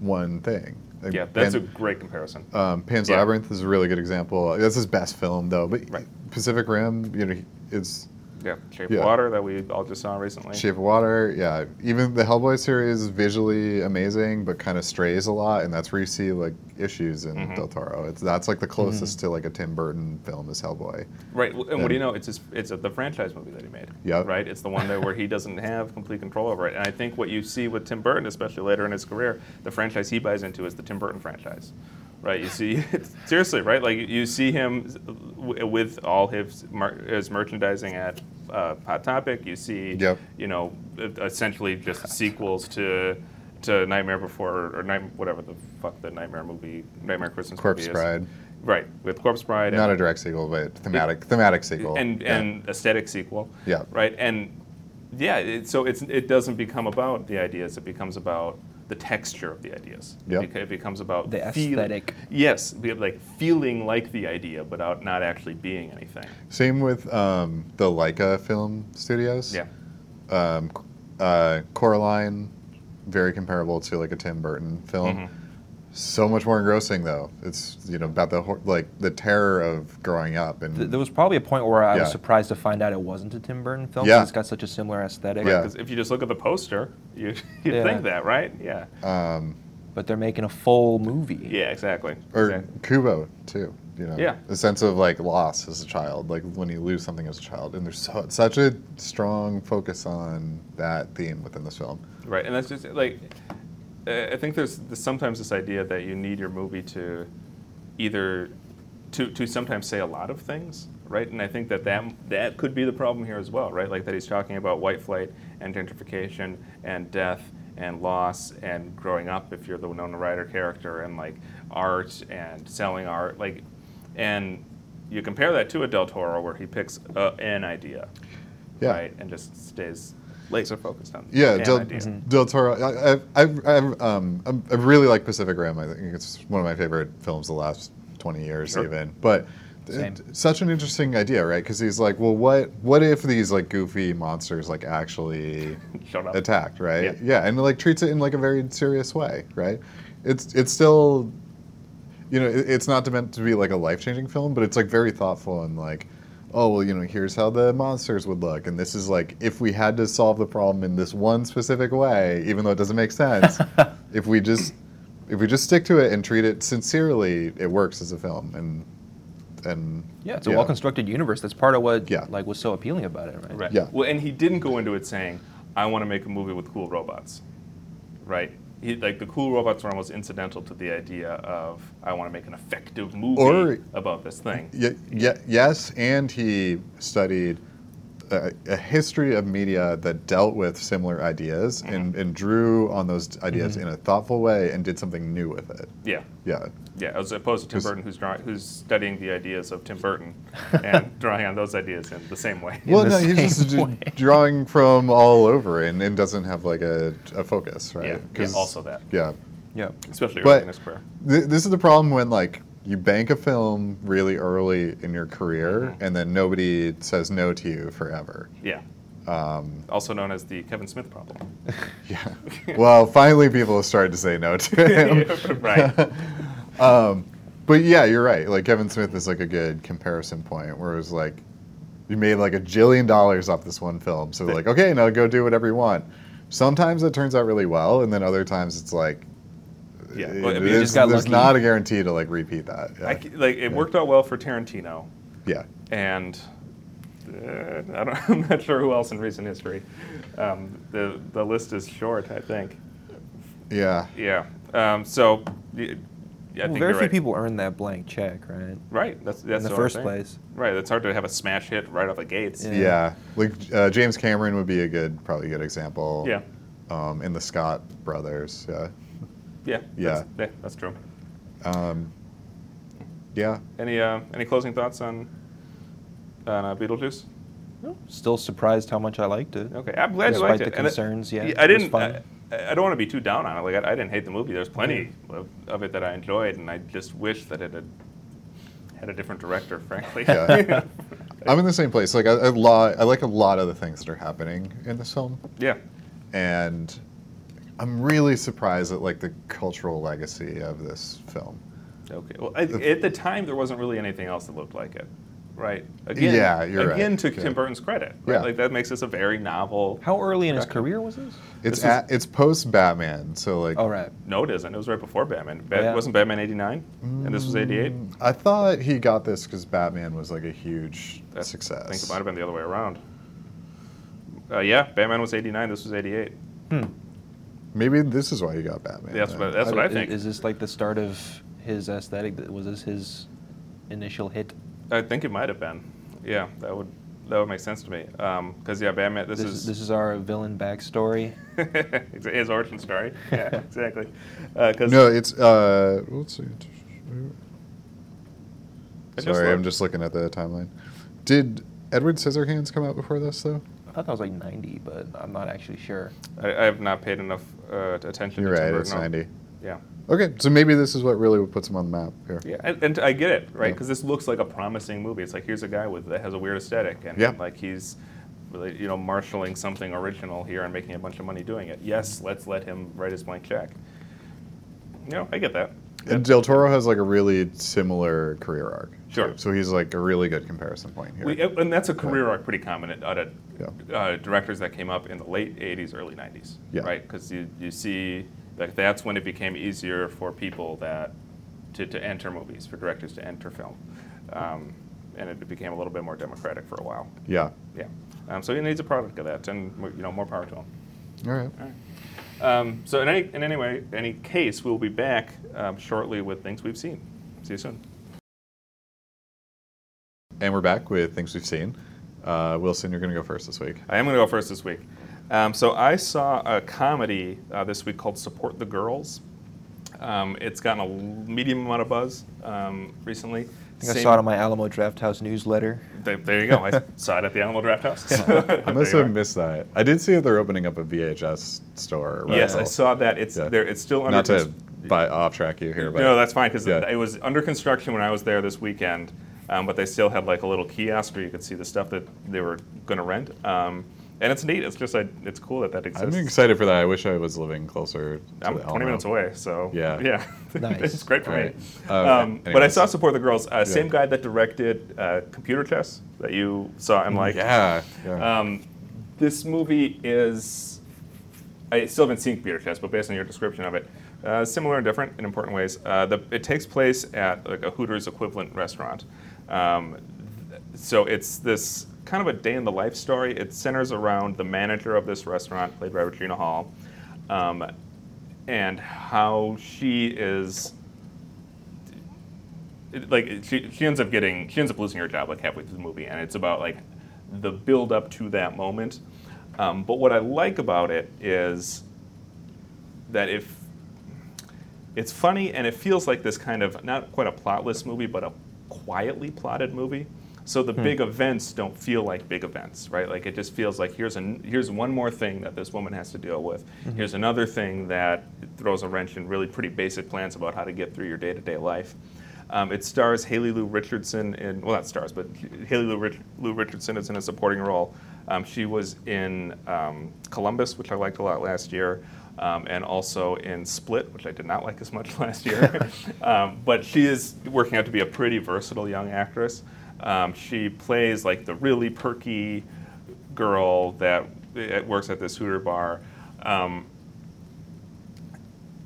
Speaker 1: one thing. Like,
Speaker 2: Yeah, that's
Speaker 1: Pan,
Speaker 2: a great comparison.
Speaker 1: um, Pan's
Speaker 2: yeah.
Speaker 1: Labyrinth is a really good example. That's his best film though. But
Speaker 2: Right.
Speaker 1: Pacific Rim, you know, he- it's
Speaker 2: yeah, Shape
Speaker 1: yeah.
Speaker 2: of Water that we all just saw recently.
Speaker 1: Shape of Water. Yeah, even the Hellboy series is visually amazing, but kind of strays a lot, and that's where you see like issues in
Speaker 2: Mm-hmm.
Speaker 1: Del Toro. It's that's like the closest to like a Tim Burton film is Hellboy.
Speaker 2: Right, w- and what do you
Speaker 1: Yeah.
Speaker 2: know? It's his, it's a, the franchise movie that he made.
Speaker 1: Yep.
Speaker 2: Right, it's the one that where he doesn't have complete control over it. And I think what you see with Tim Burton, especially later in his career, the franchise he buys into is the Tim Burton franchise. Right, you see, seriously, right? Like you- you see him s- w- with all his mer- his merchandising at uh, Hot Topic. You see,
Speaker 1: Yep.
Speaker 2: you know, e- essentially just sequels to. To Nightmare Before or Night, whatever the fuck the Nightmare movie, Nightmare Christmas
Speaker 1: Corpse
Speaker 2: movie is.
Speaker 1: Bride.
Speaker 2: Right, with Corpse Bride. and-
Speaker 1: Not a direct sequel, but thematic thematic sequel.
Speaker 2: and
Speaker 1: Yeah.
Speaker 2: and aesthetic sequel.
Speaker 1: Yeah.
Speaker 2: Right. And yeah, it, so it's it doesn't become about the ideas. It becomes about the texture of the ideas. It
Speaker 1: Yeah.
Speaker 2: beca- It becomes about
Speaker 3: The
Speaker 2: feel-
Speaker 3: aesthetic.
Speaker 2: yes, be- like feeling like the idea, but out not actually being anything.
Speaker 1: same with um, the Leica film studios.
Speaker 2: Yeah.
Speaker 1: Um, uh, Coraline, very comparable to like a Tim Burton film.
Speaker 2: Mm-hmm.
Speaker 1: So much more engrossing though. It's you know about the hor- like the terror of growing up and
Speaker 3: Th- There was probably a point where I
Speaker 1: Yeah.
Speaker 3: was surprised to find out it wasn't a Tim Burton film. 'cause
Speaker 1: Yeah.
Speaker 3: It's got such a similar aesthetic.
Speaker 1: Yeah.
Speaker 2: Because if you just look at the poster, you you
Speaker 3: Yeah.
Speaker 2: think that, right? Yeah.
Speaker 1: um,
Speaker 3: But they're making a full movie.
Speaker 2: yeah. Exactly.
Speaker 1: or
Speaker 2: exactly.
Speaker 1: Kubo too. You know,
Speaker 2: Yeah.
Speaker 1: the sense of like loss as a child, like when you lose something as a child, and there's so, such a strong focus on that theme within this film.
Speaker 2: Right, and that's just like uh, I think there's, there's sometimes this idea that you need your movie to either to, to sometimes say a lot of things, right? And I think that, that that could be the problem here as well, right? Like that he's talking about white flight and gentrification and death and loss and growing up if you're the Winona Ryder character and like art and selling art, like, and you compare that to a Del Toro where he picks uh, an idea,
Speaker 1: Yeah.
Speaker 2: right, and just stays laser focused on
Speaker 1: Yeah,
Speaker 2: Um, an
Speaker 1: Del, Mm-hmm.
Speaker 2: idea.
Speaker 1: Del Toro. I, I, I, um, I'm- I really like Pacific Rim. I think it's one of my favorite films the last 20 years,
Speaker 2: Sure.
Speaker 1: even. But th-
Speaker 3: Same.
Speaker 1: such an interesting idea, right? Because he's like, well, what what if these like goofy monsters like actually
Speaker 2: Shut up.
Speaker 1: attacked, right?
Speaker 2: Yeah.
Speaker 1: and like treats it in like a very serious way, right? It's it's still, you know, it, it's not meant to be like a life changing film, but it's like very thoughtful and like, oh well, you know, here's how the monsters would look, and this is like if we had to solve the problem in this one specific way, even though it doesn't make sense, if we just if we just stick to it and treat it sincerely, it works as a film, and and
Speaker 3: Yeah, it's a well-constructed universe. That's part of what
Speaker 1: Yeah.
Speaker 3: like was so appealing about it, right?
Speaker 2: Right.
Speaker 1: Yeah.
Speaker 2: Well, and he didn't go into it saying, "I want to make a movie with cool robots," right? He, like the cool robots were almost incidental to the idea of, "I want to make an effective movie
Speaker 1: Or-
Speaker 2: about this thing."
Speaker 1: Ye- ye- yes, and he studied a, a history of media that dealt with similar ideas
Speaker 2: Mm-hmm.
Speaker 1: and, and drew on those ideas in a thoughtful way and did something new with it.
Speaker 2: Yeah.
Speaker 1: Yeah.
Speaker 2: Yeah, as opposed to Tim
Speaker 1: Just-
Speaker 2: Burton, who's drawing, who's studying the ideas of Tim Burton and drawing on those ideas in the same way.
Speaker 1: well,
Speaker 3: the
Speaker 1: no, he's just
Speaker 3: same
Speaker 1: d-
Speaker 3: way.
Speaker 1: drawing from all over and, and doesn't have like a, a focus,
Speaker 2: Yeah,
Speaker 1: right?
Speaker 2: yeah,
Speaker 1: 'Cause-
Speaker 2: also that.
Speaker 1: Yeah.
Speaker 3: Yeah.
Speaker 2: Especially early
Speaker 1: But-
Speaker 2: in his career.
Speaker 1: Th- this is the problem when like you bank a film really early in your career
Speaker 2: Mm-hmm.
Speaker 1: and then nobody says no to you forever. Um,
Speaker 2: Yeah. also known as the Kevin Smith problem.
Speaker 1: Yeah. Well, finally, people have started to say no to him. Um,
Speaker 2: right.
Speaker 1: But yeah, you're right. Like Kevin Smith is like a good comparison point, where it was like, you made like a jillion dollars off this one film, so like, okay, now go do whatever you want. Sometimes it turns out really well, and then other times it's like,
Speaker 2: Yeah.
Speaker 1: it-
Speaker 2: Well, I mean,
Speaker 1: it's-
Speaker 2: you
Speaker 3: just got
Speaker 1: there's
Speaker 3: lucky.
Speaker 1: not a guarantee to like repeat that. Yeah.
Speaker 2: I c like it worked out well for Tarantino,
Speaker 1: yeah.
Speaker 2: and uh, I don't, I'm not sure who else in recent history. Um, the the list is short, I think.
Speaker 1: Yeah.
Speaker 2: Yeah. Um, so, y- I think
Speaker 3: Well,
Speaker 2: you're
Speaker 3: very few
Speaker 2: right.
Speaker 3: people earn that blank check, right?
Speaker 2: Right. That's that's
Speaker 3: the
Speaker 2: what I'm
Speaker 3: first
Speaker 2: saying.
Speaker 3: place.
Speaker 2: Right. It's hard to have a smash hit right off the gates.
Speaker 1: Yeah. Like uh, James Cameron would be a good, probably good example.
Speaker 2: Yeah.
Speaker 1: Um, and the Scott brothers. Yeah.
Speaker 2: Yeah.
Speaker 1: Yeah.
Speaker 2: That's, yeah. That's true.
Speaker 1: Um, yeah.
Speaker 2: Any uh, any closing thoughts on on uh, Beetlejuice?
Speaker 3: Still surprised how much I liked it.
Speaker 2: Okay, I'm glad
Speaker 3: Despite
Speaker 2: you liked it.
Speaker 3: the
Speaker 2: And I-
Speaker 3: concerns, yeah,
Speaker 2: I
Speaker 3: it was
Speaker 2: didn't.
Speaker 3: fun.
Speaker 2: I, I don't want to be too down on it. Like I, I didn't hate the movie. There's plenty of, of it that I enjoyed, and I just wish that it had had a different director. Frankly,
Speaker 1: Yeah. I'm in the same place. Like I, I, lo- I like a lot of the things that are happening in this film,
Speaker 2: yeah,
Speaker 1: and I'm really surprised at like the cultural legacy of this film.
Speaker 2: Okay. Well, I, at the time, there wasn't really anything else that looked like it, right? Again,
Speaker 1: Yeah, you're right.
Speaker 2: again to
Speaker 1: Yeah.
Speaker 2: Tim Burton's credit, right?
Speaker 1: Yeah.
Speaker 2: Like that makes this a very novel.
Speaker 3: How early in his
Speaker 2: Correct.
Speaker 3: career was this?
Speaker 1: It's
Speaker 2: This is-
Speaker 1: at, it's post Batman, so like
Speaker 3: Oh, right.
Speaker 2: No, it isn't. It was right before Batman. Bat,
Speaker 3: Yeah.
Speaker 2: Wasn't Batman '89, and this was '88.
Speaker 1: mm, I thought he got this because Batman was like a huge success.
Speaker 2: I think it might have been the other way around. Uh, yeah, Batman was '89. This was '88.
Speaker 1: Maybe this is why he got Batman.
Speaker 2: That's
Speaker 1: then.
Speaker 2: what- that's
Speaker 1: I
Speaker 2: what I
Speaker 1: don't-
Speaker 3: Is-
Speaker 2: think.
Speaker 3: Is this like the start of his aesthetic? That- Was this his initial hit?
Speaker 2: I think it might have been. Yeah, that would that would make sense to me. Because yeah, Batman. This,
Speaker 3: This,
Speaker 2: is
Speaker 3: this is our villain backstory.
Speaker 2: is his origin story. Yeah, exactly. Because
Speaker 1: No, it's uh, let's see. Sorry, I'm just looking at the timeline. Did Edward Scissorhands come out before this though?
Speaker 3: I thought that was like 90, but I'm not actually sure.
Speaker 2: I, I have not paid enough uh, attention.
Speaker 1: You're
Speaker 2: to Tim
Speaker 1: right.
Speaker 2: Burton.
Speaker 1: It's ninety.
Speaker 2: Yeah,
Speaker 1: Okay, so maybe this is what really puts him on the map here.
Speaker 2: yeah, and, and I get it, right?
Speaker 1: Yeah.
Speaker 2: Because this looks like a promising movie. It's like here's a guy with that has a weird aesthetic, and
Speaker 1: Yeah.
Speaker 2: like he's. really, You know, marshaling something original here and making a bunch of money doing it. Yes, let's let him write his blank check. You know, I get that.
Speaker 1: And Del Toro has like a really similar career arc.
Speaker 2: Sure.
Speaker 1: So he's like a really good comparison point here.
Speaker 2: We, and that's a career arc pretty common out of
Speaker 1: Yeah.
Speaker 2: uh, directors that came up in the late 80s, early 90s,
Speaker 1: Yeah.
Speaker 2: right? Because you, you see, like, that's when it became easier for people that to, to enter movies, for directors to enter film. Um, and it became a little bit more democratic for a while.
Speaker 1: yeah.
Speaker 2: Yeah. Um, so he needs a product of that, and, you know, more power to him.
Speaker 1: All right.
Speaker 2: Um, so in any, in any way, any case, we'll be back um, shortly with things we've seen. See you soon.
Speaker 1: And we're back with things we've seen. Uh, Wilson, you're going to go first this week.
Speaker 2: I am going to go first this week. Um, so I saw a comedy uh, this week called Support the Girls. Um, it's gotten a l- medium amount of buzz um, recently.
Speaker 3: I think I saw it on my Alamo Draft House newsletter.
Speaker 2: There, there you go. I saw it at the Animal Draft House.
Speaker 1: I must have missed that. I did see they're opening up a VHS store. right
Speaker 2: Yes, I
Speaker 1: now.
Speaker 2: saw that. It's
Speaker 1: Yeah.
Speaker 2: there. It's still under.
Speaker 1: Not to
Speaker 2: const-
Speaker 1: buy off track you here, but
Speaker 2: no, that's fine because
Speaker 1: Yeah.
Speaker 2: it was under construction when I was there this weekend. Um, but they still had like a little kiosk where you could see the stuff that they were going to rent. Um, and it's neat. It's just I, it's cool that that
Speaker 1: I'm
Speaker 2: exists.
Speaker 1: excited for that. I wish I was living closer. To
Speaker 2: I'm
Speaker 1: the
Speaker 2: 20
Speaker 1: Alamo.
Speaker 2: minutes away, so
Speaker 1: Yeah.
Speaker 2: yeah,
Speaker 3: Nice.
Speaker 2: it's great for
Speaker 1: Alright.
Speaker 2: me.
Speaker 1: Okay.
Speaker 2: Um, but I
Speaker 1: Anyways.
Speaker 2: saw support the girls. Uh, Same guy that directed uh, Computer Chess that you saw
Speaker 1: Mm-hmm.
Speaker 2: and liked.
Speaker 1: Yeah. yeah.
Speaker 2: Um, this movie is. I still haven't seen Computer Chess, but based on your description of it, uh, similar and different in important ways. Uh, the, it takes place at like a Hooters equivalent restaurant. Um, th- so it's this kind of a day in the life story. It centers around the manager of this restaurant, played by Regina Hall, um, and how she is it- like she, she ends up getting she ends up losing her job like halfway through the movie and it's about like the build up to that moment um, but what i like about it is that if it's funny and it feels like this kind of not quite a plotless movie but a quietly plotted movie so the big events don't feel like big events right like it just feels like here's an here's one more thing that this woman has to deal with here's another thing that throws a wrench in really pretty basic plans about how to get through your day-to-day life um, it stars Haley Lou Richardson in well, not stars, but Haley Lou, Rich- Lou Richardson is in a supporting role. Um, she was in um, Columbus, which I liked a lot last year, um, and also in Split, which I did not like as much last year. um, but she is working out to be a pretty versatile young actress. Um, she plays like the really perky girl that uh, works at this Hooter bar. Um,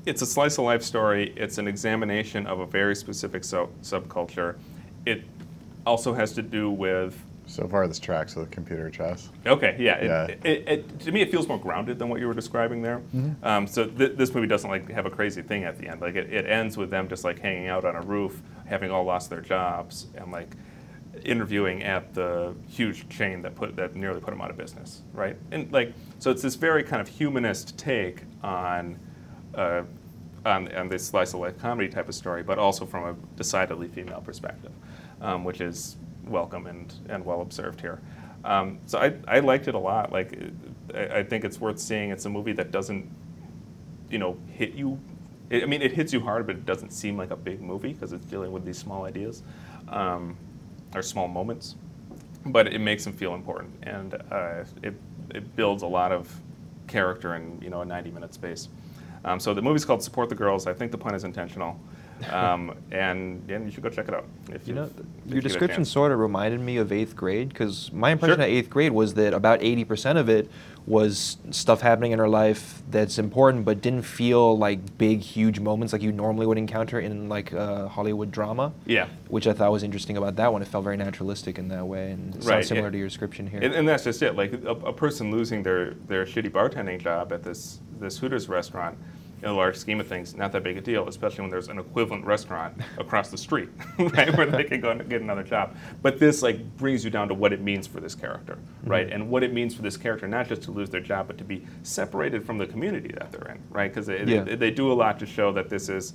Speaker 2: it's a slice of life story. It's an examination of a very specific so- subculture. It also has to do with
Speaker 1: so far, this tracks with computer chess.
Speaker 2: okay, yeah. It,
Speaker 1: Yeah.
Speaker 2: It, it- to me, it feels more grounded than what you were describing there. Um, so th- this movie doesn't like have a crazy thing at the end. Like it, it ends with them just like hanging out on a roof, having all lost their jobs, and like interviewing at the huge chain that put that nearly put them out of business, right? And like so, it's this very kind of humanist take on. Uh, on, on this slice of life comedy type of story, but also from a decidedly female perspective, um, which is welcome and, and well observed here. Um, so I, I liked it a lot. Like I, I think it's worth seeing. It's a movie that doesn't, you know, hit you. I I mean, it hits you hard, but it doesn't seem like a big movie because it's dealing with these small ideas um, or small moments. But it makes them feel important, and uh, it it builds a lot of character in you know a 90 minute space. Um, so the movie's called Support the Girls. I think the pun is intentional, um, and and you should go check it out. If
Speaker 3: You know,
Speaker 2: you've- if you get
Speaker 3: your
Speaker 2: a
Speaker 3: description
Speaker 2: chance.
Speaker 3: sort of reminded me of eighth grade because my impression
Speaker 2: Sure.
Speaker 3: of eighth grade was that about 80% of it was stuff happening in her life that's important but didn't feel like big, huge moments like you normally would encounter in like a Hollywood drama.
Speaker 2: Yeah.
Speaker 3: Which I thought was interesting about that one. It felt very naturalistic in that way and it
Speaker 2: Right,
Speaker 3: sounds similar
Speaker 2: yeah.
Speaker 3: to your description here.
Speaker 2: And, and that's just it. Like a, a person losing their, their shitty bartending job at this this Hooters restaurant, in the large scheme of things, not that big a deal, especially when there's an equivalent restaurant across the street, right, where they can go and get another job. But this like brings you down to what it means for this character,
Speaker 3: Mm-hmm.
Speaker 2: right, and what it means for this character not just to lose their job, but to be separated from the community that they're in, right? Because
Speaker 3: Yeah.
Speaker 2: they, they do a lot to show that this is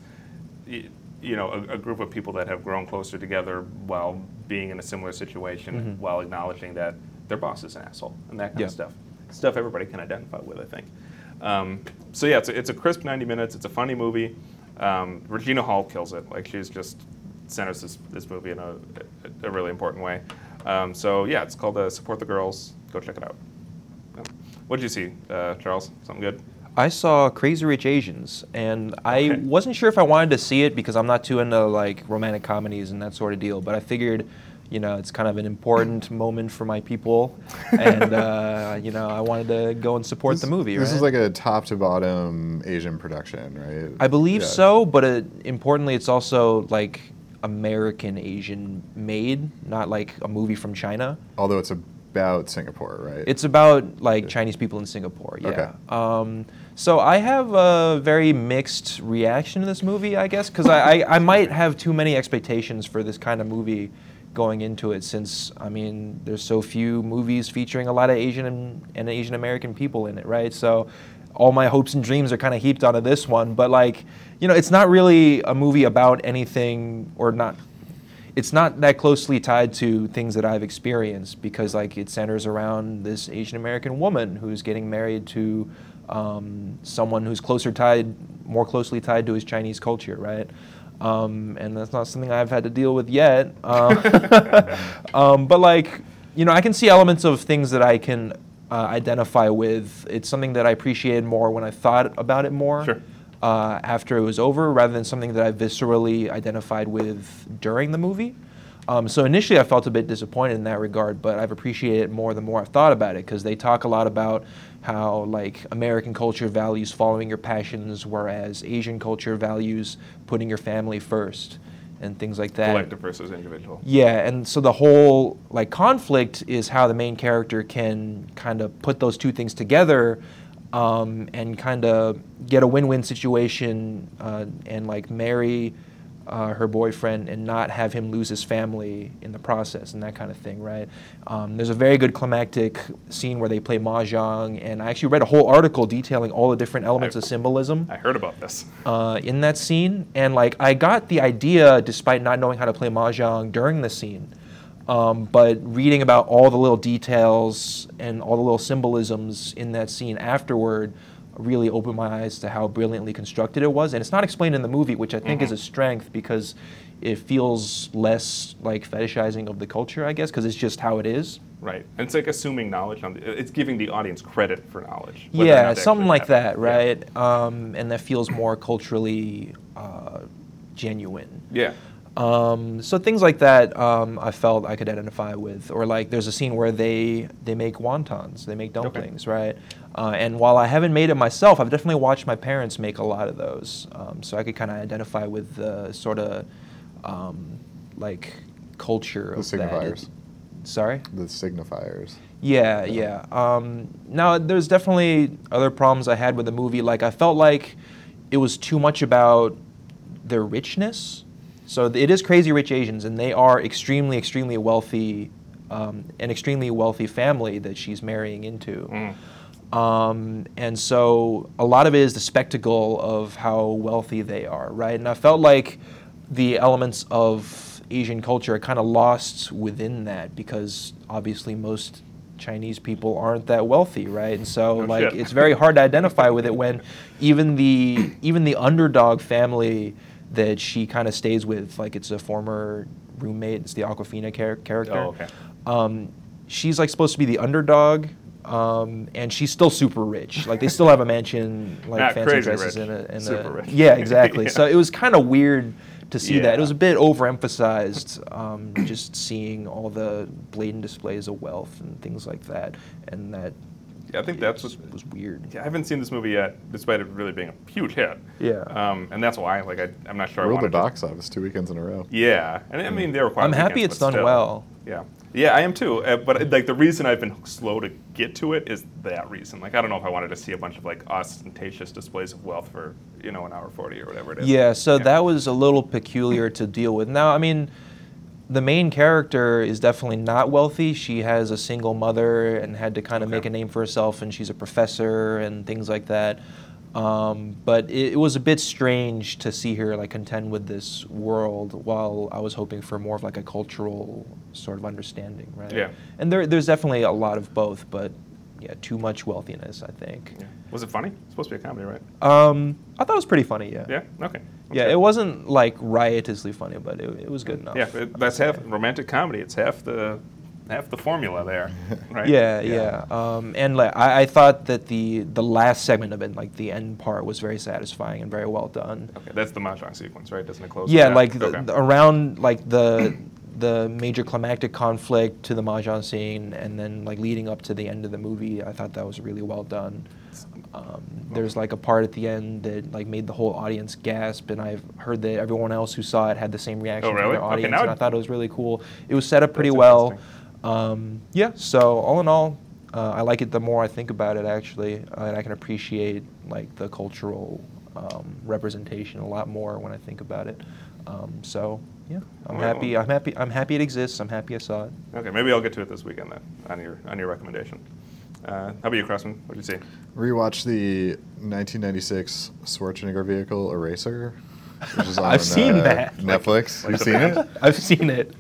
Speaker 2: y- you know, a, a group of people that have grown closer together while being in a similar situation, while acknowledging that their boss is an asshole and that kind
Speaker 3: Mm-hmm. Yeah.
Speaker 2: of stuff. Stuff everybody can identify with, I think. Um, so yeah, it's a, it's a crisp 90 minutes. It's a funny movie. Um, Regina Hall kills it. Like she's just centers this, this movie in a, a, a really important way. Um, so yeah, it's called uh, Support the Girls. Go check it out. Yeah. What did you see, uh, Charles? Something good?
Speaker 3: I saw Crazy Rich Asians, and I
Speaker 2: Okay.
Speaker 3: wasn't sure if I wanted to see it because I'm not too into like romantic comedies and that sort of deal. But I figured, you know, it's kind of an important moment for my people, and uh, you know, I wanted to go and support the movie.
Speaker 1: This
Speaker 3: right?
Speaker 1: is like a top to bottom Asian production, right?
Speaker 3: I believe
Speaker 1: Yeah.
Speaker 3: so, but it, importantly, it's also like American Asian made, not like a movie from China.
Speaker 1: Although it's a about Singapore, right?
Speaker 3: It's about like Chinese people in Singapore. Yeah.
Speaker 1: Okay.
Speaker 3: Um, so I have a very mixed reaction to this movie, I guess, because I, I, I might have too many expectations for this kind of movie going into it since I mean there's so few movies featuring a lot of Asian and, and Asian American people in it, right? So all my hopes and dreams are kind of heaped onto this one, but like, you know, it's not really a movie about anything or not it's not that closely tied to things that I've experienced because like it centers around this Asian American woman who's getting married to um, someone who's closer tied, more closely tied to his Chinese culture, right? Um, and that's not something I've had to deal with yet. Um, um, but like, you know, I can see elements of things that I can uh, identify with. It's something that I appreciated more when I thought about it more
Speaker 2: Sure.
Speaker 3: uh, after it was over rather than something that I viscerally identified with during the movie. Um, so initially, I felt a bit disappointed in that regard, but I've appreciated it more the more I've thought about it because they talk a lot about how like American culture values following your passions, whereas Asian culture values putting your family first and things like that.
Speaker 2: collective versus individual.
Speaker 3: Yeah, and so the whole like conflict is how the main character can kind of put those two things together, um, and kind of get a win-win situation, uh, and like marry uh, her boyfriend and not have him lose his family in the process and that kind of thing, right? Um, there's a very good climactic scene where they play mahjong, and I actually read a whole article detailing all the different elements of symbolism
Speaker 2: I heard about this.
Speaker 3: uh, in that scene, and like I got the idea despite not knowing how to play mahjong during the scene. Um, but reading about all the little details and all the little symbolisms in that scene afterward really opened my eyes to how brilliantly constructed it was. And it's not explained in the movie, which I think
Speaker 2: Mm-hmm.
Speaker 3: is a strength because it feels less like fetishizing of the culture, I guess, because it's just how it is.
Speaker 2: Right. And it's like assuming knowledge. On the, it's giving the audience credit for knowledge. whether or not
Speaker 3: yeah,
Speaker 2: they
Speaker 3: something
Speaker 2: actually
Speaker 3: like
Speaker 2: have it.
Speaker 3: that, right? Um, and that feels more culturally uh, genuine.
Speaker 2: Yeah. yeah.
Speaker 3: Um, so things like that, um, I felt I could identify with, or like there's a scene where they they make wontons, they make dumplings, right? Uh, and while I haven't made it myself, I've definitely watched my parents make a lot of those, um, so I could kind of identify with the sort of um, like culture
Speaker 1: the
Speaker 3: of that.
Speaker 1: signifiers.
Speaker 3: It- Sorry.
Speaker 1: The signifiers.
Speaker 3: Yeah, yeah. Um, now, there's definitely other problems I had with the movie. Like, I felt like it was too much about their richness. So th- it is crazy rich Asians, and they are extremely, extremely wealthy, um, an extremely wealthy family that she's marrying into. Um, and so a lot of it is the spectacle of how wealthy they are, right? And I felt like the elements of Asian culture are kind of lost within that because obviously most Chinese people aren't that wealthy, right? And so
Speaker 2: No
Speaker 3: like
Speaker 2: shit.
Speaker 3: it's very hard to identify with it when even the even the underdog family that she kind of stays with, like it's a former roommate, it's the Aquafina char- character
Speaker 2: Oh, okay.
Speaker 3: um, she's like supposed to be the underdog, um, and she's still super rich. Like they still have a mansion, like
Speaker 2: Not
Speaker 3: fancy
Speaker 2: crazy
Speaker 3: dresses
Speaker 2: rich,
Speaker 3: and a, and
Speaker 2: super
Speaker 3: a-
Speaker 2: rich.
Speaker 3: yeah, exactly.
Speaker 2: Yeah.
Speaker 3: So it was kind of weird to see that.
Speaker 2: Yeah.
Speaker 3: It was a bit overemphasized, um, just seeing all the blatant displays of wealth and things like that, and that
Speaker 2: I think that's what.
Speaker 3: was weird.
Speaker 2: I haven't seen this movie yet, despite it really being a huge hit.
Speaker 3: Yeah.
Speaker 2: Um, and that's why, like, I, I'm not sure. I
Speaker 1: Ruled the
Speaker 2: wanted to-
Speaker 1: box office two weekends in a row.
Speaker 2: Yeah, and I mean they were quite.
Speaker 3: I'm happy
Speaker 2: weekends,
Speaker 3: it's
Speaker 2: but
Speaker 3: done
Speaker 2: still.
Speaker 3: well.
Speaker 2: Yeah, yeah, I am too. Uh, but like the reason I've been slow to get to it is that reason. Like I don't know if I wanted to see a bunch of like ostentatious displays of wealth for you know an hour forty or whatever it is.
Speaker 3: Yeah, so that was a little peculiar to deal with. Now, I mean, the main character is definitely not wealthy. She has a single mother and had to kind of make
Speaker 2: Okay.
Speaker 3: a name for herself, and she's a professor and things like that. Um, but it, it was a bit strange to see her like contend with this world while I was hoping for more of like a cultural sort of understanding, right?
Speaker 2: Yeah.
Speaker 3: And there, there's definitely a lot of both, but yeah, too much wealthiness, I think.
Speaker 2: Yeah. Was it funny? It's supposed to be a comedy, right?
Speaker 3: Um, I thought it was pretty funny, yeah.
Speaker 2: Yeah. Okay.
Speaker 3: Yeah, it wasn't like riotously funny, but it, it was good enough.
Speaker 2: Yeah, it- that's half romantic comedy. It's half the half the formula there, right?
Speaker 3: Yeah, yeah. Um, and like, I, I thought that the the last segment of it, like the end part, was very satisfying and very well done.
Speaker 2: Okay, that's the mahjong sequence, right? Doesn't it close? with
Speaker 3: um, Yeah,
Speaker 2: that?
Speaker 3: like the,
Speaker 2: Okay.
Speaker 3: the- around like the the major climactic conflict to the mahjong scene, and then like leading up to the end of the movie, I thought that was really well done. Um, there's like a part at the end that like made the whole audience gasp, and I've heard that everyone else who saw it had the same reaction
Speaker 2: Oh, really?
Speaker 3: from their
Speaker 2: Okay,
Speaker 3: audience,
Speaker 2: now
Speaker 3: and I
Speaker 2: it-
Speaker 3: thought it was really cool. It was set up pretty
Speaker 2: That's
Speaker 3: well.
Speaker 2: interesting.
Speaker 3: Um, yeah. So all in all, uh, I like it the more I think about it actually, uh, and I can appreciate like the cultural um, representation a lot more when I think about it. Um, so yeah, I'm
Speaker 2: Well-
Speaker 3: happy. I'm happy. I'm happy it exists. I'm happy I saw it.
Speaker 2: Okay, maybe I'll get to it this weekend then on your on your recommendation. Uh, how about you, Crossman? What did you see?
Speaker 1: Rewatch the 1996 Schwarzenegger vehicle Eraser, which is on uh,
Speaker 3: I've seen that.
Speaker 1: Netflix.
Speaker 2: Like-
Speaker 1: You've
Speaker 2: like
Speaker 1: seen
Speaker 2: the
Speaker 1: it?
Speaker 3: I've seen it.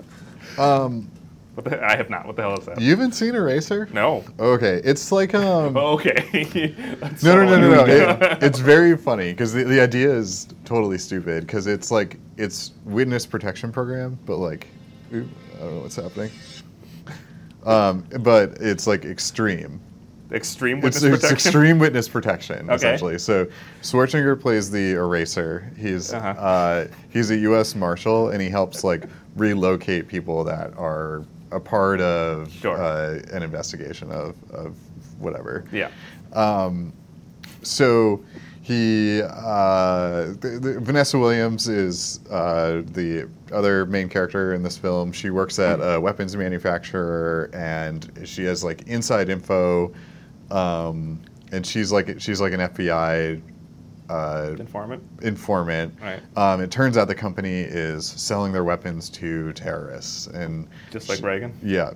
Speaker 1: Um,
Speaker 2: What the, I have not. What the hell is that?
Speaker 1: you haven't seen Eraser?
Speaker 2: No.
Speaker 1: Okay, it's like um.
Speaker 2: Oh, okay. That's
Speaker 1: No, no, no, no,
Speaker 2: so-
Speaker 1: no. It, it's very funny because the, the idea is totally stupid because it's like it's witness protection program, but like, oop, I don't know what's happening. Um, but it's like extreme.
Speaker 2: extreme
Speaker 1: It's,
Speaker 2: witness
Speaker 1: it's
Speaker 2: protection.
Speaker 1: extreme witness protection
Speaker 2: Okay.
Speaker 1: essentially. So Schwarzenegger plays the eraser. He's
Speaker 2: Uh-huh.
Speaker 1: uh, he's a U.S. marshal and he helps like relocate people that are a part of
Speaker 2: Sure.
Speaker 1: uh, an investigation of of whatever
Speaker 2: Yeah.
Speaker 1: Um, so he uh, th- th- Vanessa Williams is uh, the other main character in this film. She works at a weapons manufacturer, and she has like inside info. Um, and she's like she's like an FBI uh,
Speaker 2: Informant.
Speaker 1: informant.
Speaker 2: Right.
Speaker 1: Um, it turns out the company is selling their weapons to terrorists, and
Speaker 2: Just like Reagan.
Speaker 1: yeah.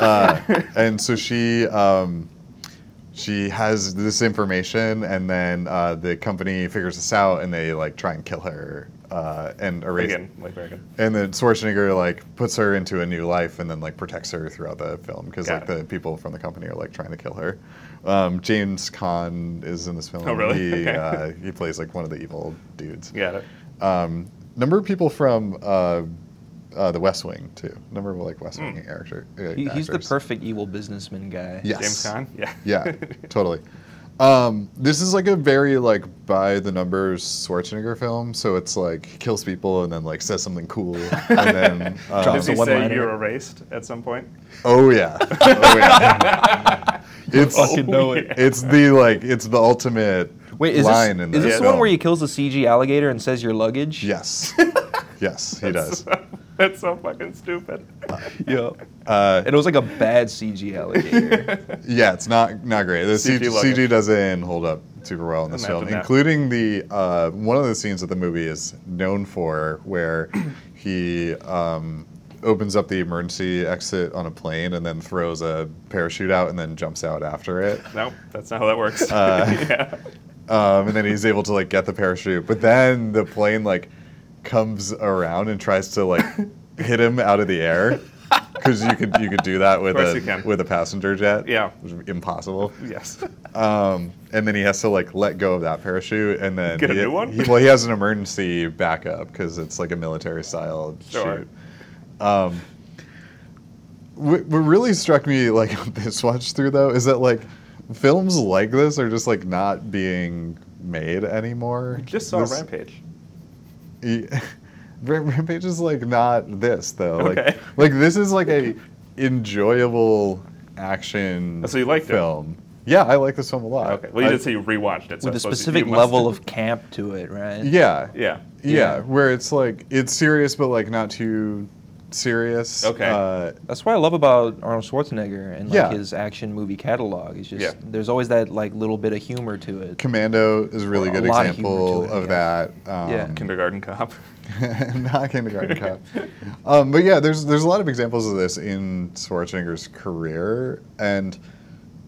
Speaker 1: uh, and so she um, she has this information, and then uh, the company figures this out, and they like try and kill her uh, and erase.
Speaker 2: Again, like Reagan.
Speaker 1: And then Schwarzenegger like puts her into a new life, and then like protects her throughout the film because
Speaker 2: Got
Speaker 1: like
Speaker 2: it.
Speaker 1: the people from the company are like trying to kill her. Um, James Caan is in this film.
Speaker 2: Oh, really?
Speaker 1: He,
Speaker 2: Okay.
Speaker 1: uh, he plays like one of the evil dudes.
Speaker 2: Got it.
Speaker 1: Um, number of people from uh, uh, The West Wing too. Number of like
Speaker 2: Hmm.
Speaker 1: West Wing actor. uh,
Speaker 3: He, he's the
Speaker 1: actors.
Speaker 3: perfect evil businessman guy.
Speaker 1: Yes.
Speaker 2: James Caan. Yeah.
Speaker 1: Yeah, totally. Um, this is like a very like by the numbers Schwarzenegger film, so it's like he kills people and then like says something cool and then um,
Speaker 3: Drops
Speaker 2: Does he
Speaker 3: the
Speaker 2: say
Speaker 3: one-liner.
Speaker 2: you're erased at some point?
Speaker 1: oh yeah, oh yeah. It's
Speaker 3: Fucking know it.
Speaker 1: it's the like it's the ultimate
Speaker 3: Wait, is
Speaker 1: line
Speaker 3: this,
Speaker 1: in
Speaker 3: is
Speaker 1: that
Speaker 3: this the one
Speaker 1: film.
Speaker 3: where he kills the CG alligator and says your luggage?
Speaker 1: Yes, yes, he does.
Speaker 2: That's so fucking stupid.
Speaker 3: Yeah.
Speaker 1: Uh,
Speaker 3: And it was like a bad CG alligator.
Speaker 1: Yeah, it's not not great. The
Speaker 2: CG
Speaker 1: CG,
Speaker 2: luggage.
Speaker 1: CG doesn't hold up super well in this
Speaker 2: Imagine
Speaker 1: film,
Speaker 2: that.
Speaker 1: including the uh, one of the scenes that the movie is known for, where he um, opens up the emergency exit on a plane and then throws a parachute out and then jumps out after it.
Speaker 2: No, that's not how that works.
Speaker 1: Uh,
Speaker 2: yeah.
Speaker 1: Um, and then he's able to like get the parachute, but then the plane like comes around and tries to like hit him out of the air. Because you could you could do that with
Speaker 2: Of course you can.
Speaker 1: a with a passenger jet,
Speaker 2: Yeah.
Speaker 1: which is impossible.
Speaker 2: Yes.
Speaker 1: Um, and then he has to like let go of that parachute, and then
Speaker 2: Get a
Speaker 1: he,
Speaker 2: new one?
Speaker 1: he- well, he has an emergency backup because it's like a military style
Speaker 2: Sure.
Speaker 1: shoot. Um, what, what really struck me like on this watch through though is that like films like this are just like not being made anymore.
Speaker 2: Just saw
Speaker 1: This-
Speaker 2: Rampage.
Speaker 1: y- Ram- Rampage is like not this though.
Speaker 2: Okay.
Speaker 1: Like like this is like a enjoyable action.
Speaker 2: Oh, So you liked it?
Speaker 1: film. Yeah, I like this film a lot.
Speaker 2: Okay. Well, you
Speaker 1: I-
Speaker 2: did say you rewatched it. So
Speaker 3: With
Speaker 2: I
Speaker 3: a
Speaker 2: suppose you
Speaker 3: specific
Speaker 2: must-
Speaker 3: level of camp to it, right?
Speaker 1: Yeah.
Speaker 2: Yeah.
Speaker 1: Yeah,
Speaker 3: Yeah.
Speaker 1: where it's like it's serious but like not too serious.
Speaker 2: Okay.
Speaker 1: Uh,
Speaker 3: That's what I love about Arnold Schwarzenegger and like
Speaker 1: Yeah.
Speaker 3: his action movie catalog. It's just
Speaker 2: Yeah.
Speaker 3: there's always that like little bit of humor to it.
Speaker 1: Commando is a really
Speaker 3: A
Speaker 1: good
Speaker 3: lot of
Speaker 1: example
Speaker 3: humor to it,
Speaker 1: of
Speaker 3: yeah.
Speaker 1: that. Um,
Speaker 3: Yeah.
Speaker 2: Kindergarten Cop.
Speaker 1: not kindergarten cop. Um, but yeah, there's there's a lot of examples of this in Schwarzenegger's career, and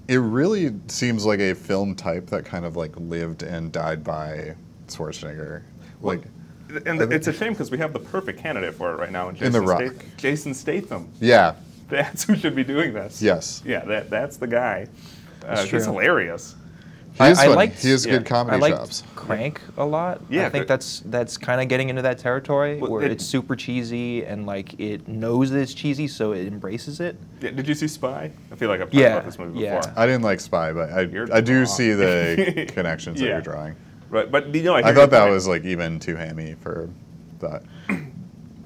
Speaker 1: it really seems like a film type that kind of like lived and died by Schwarzenegger. Like,
Speaker 2: And it's a shame because we have the perfect candidate for it right now in Jason
Speaker 1: In The Rock.
Speaker 2: Stath- Jason Statham.
Speaker 1: yeah,
Speaker 2: That's who should be doing this.
Speaker 1: yes,
Speaker 2: Yeah, that, that's the guy. Uh,
Speaker 3: That's
Speaker 2: he's
Speaker 3: true.
Speaker 2: hilarious.
Speaker 1: he
Speaker 3: I-
Speaker 1: is
Speaker 3: I
Speaker 1: funny.
Speaker 3: liked-
Speaker 1: he has
Speaker 2: yeah,
Speaker 1: good
Speaker 3: I
Speaker 1: comedy
Speaker 3: like
Speaker 1: chops.
Speaker 3: Crank a lot.
Speaker 2: Yeah,
Speaker 3: I
Speaker 2: good.
Speaker 3: think that's that's kind of getting into that territory
Speaker 2: Well,
Speaker 3: where
Speaker 2: it-
Speaker 3: it's super cheesy and like it knows that it's cheesy, so it embraces it.
Speaker 2: Yeah, did you see Spy? I feel like I've talked
Speaker 3: Yeah,
Speaker 2: about this movie
Speaker 3: yeah.
Speaker 2: before.
Speaker 1: I didn't like Spy, but I,
Speaker 2: You're
Speaker 1: I do
Speaker 2: wrong.
Speaker 1: see the connections that
Speaker 2: Yeah.
Speaker 1: you're drawing.
Speaker 2: Right, but you know, I,
Speaker 1: I thought that was like even too hammy for that.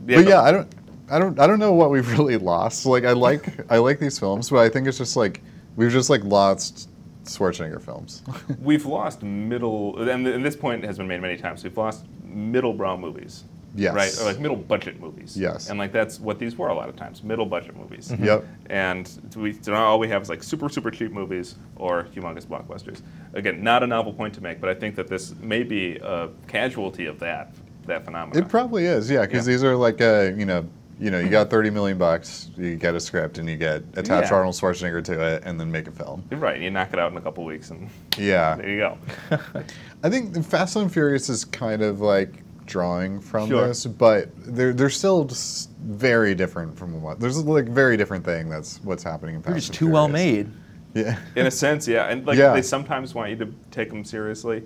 Speaker 1: but yeah, I don't, I don't, I don't know what we've really lost. Like I like, I like these films, but I think it's just like we've just like lost Schwarzenegger films.
Speaker 2: We've lost middle, and, th- and this point has been made many times. We've lost middle brow movies
Speaker 1: Yes.
Speaker 2: right? Or like middle budget movies.
Speaker 1: Yes. Mm-hmm.
Speaker 2: And like that's what these were a lot of times, middle budget movies.
Speaker 1: Yep.
Speaker 2: And we so now all we have is like super super cheap movies or humongous blockbusters. Again, not a novel point to make, but I think that this may be a casualty of that that phenomenon.
Speaker 1: It probably is, yeah, because
Speaker 2: Yeah.
Speaker 1: these are like a you know, you know, you got thirty million bucks, you get a script, and you get attach
Speaker 2: Yeah.
Speaker 1: Arnold Schwarzenegger to it, and then make a film.
Speaker 2: You're right. You knock it out in a couple weeks, and
Speaker 1: Yeah,
Speaker 2: there you go.
Speaker 1: I think Fast and Furious is kind of like drawing from
Speaker 2: Sure.
Speaker 1: this, but they're they're still just very different from what. There's like very different thing that's what's happening in Fast.
Speaker 4: They're just
Speaker 1: and
Speaker 4: too well
Speaker 1: Furious.
Speaker 4: made.
Speaker 1: Yeah.
Speaker 2: In a sense, yeah. And like
Speaker 1: Yeah.
Speaker 2: they sometimes want you to take them seriously.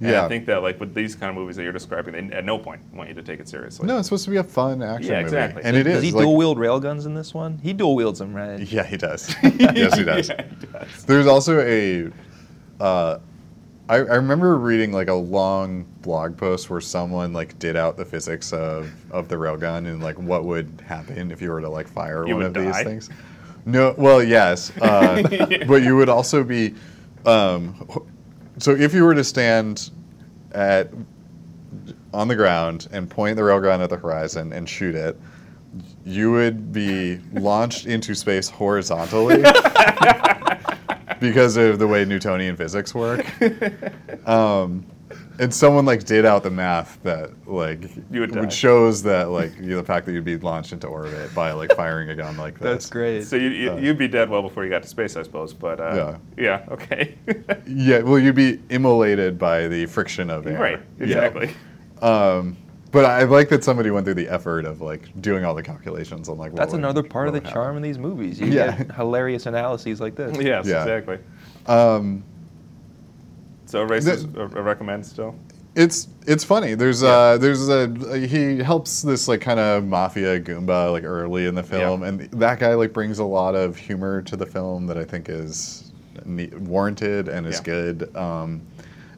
Speaker 2: And
Speaker 1: Yeah.
Speaker 2: I think that like with these kind of movies that you're describing, they at no point want you to take it seriously.
Speaker 1: No, it's supposed to be a fun action
Speaker 2: Yeah,
Speaker 1: movie,
Speaker 2: exactly.
Speaker 1: and it is.
Speaker 4: Does he
Speaker 1: like-
Speaker 4: dual wield railguns in this one? He dual wields them, right?
Speaker 1: Yeah, he does. yes, he does.
Speaker 2: Yeah, it does.
Speaker 1: There's also a. Uh, I, I remember reading like a long blog post where someone like did out the physics of, of the railgun and like what would happen if you were to like fire
Speaker 2: You
Speaker 1: one of
Speaker 2: would
Speaker 1: these
Speaker 2: die?
Speaker 1: things. No, well, yes, uh, but you would also be. Um, wh- so if you were to stand at on the ground and point the railgun at the horizon and shoot it, you would be launched into space horizontally because of the way Newtonian physics work. Um, and someone like did out the math that like
Speaker 2: You would die.
Speaker 1: which shows that like you know, the fact that you'd be launched into orbit by like firing a gun like this.
Speaker 3: That's great.
Speaker 2: So you, you,
Speaker 1: Uh,
Speaker 2: you'd be dead well before you got to space, I suppose. But uh, yeah. okay.
Speaker 1: Yeah, well, you'd be immolated by the friction of air.
Speaker 2: right,
Speaker 1: Yeah.
Speaker 2: exactly.
Speaker 1: Um, but I like that somebody went through the effort of like doing all the calculations on like. What
Speaker 4: That's
Speaker 1: would-
Speaker 4: another part of
Speaker 1: what
Speaker 4: the
Speaker 1: would
Speaker 4: charm of these movies. You
Speaker 1: Yeah.
Speaker 4: get hilarious analyses like this.
Speaker 2: Yes,
Speaker 1: Yeah.
Speaker 2: exactly.
Speaker 1: happen. Um,
Speaker 2: So races
Speaker 1: The-
Speaker 2: are are uh, recommend still.
Speaker 1: it's it's funny. There's uh there's a he helps this like kind of mafia goomba like early in the film,
Speaker 2: Yeah.
Speaker 1: and that guy like brings a lot of humor to the film that I think is ne- warranted and is
Speaker 2: Yeah.
Speaker 1: good. Um,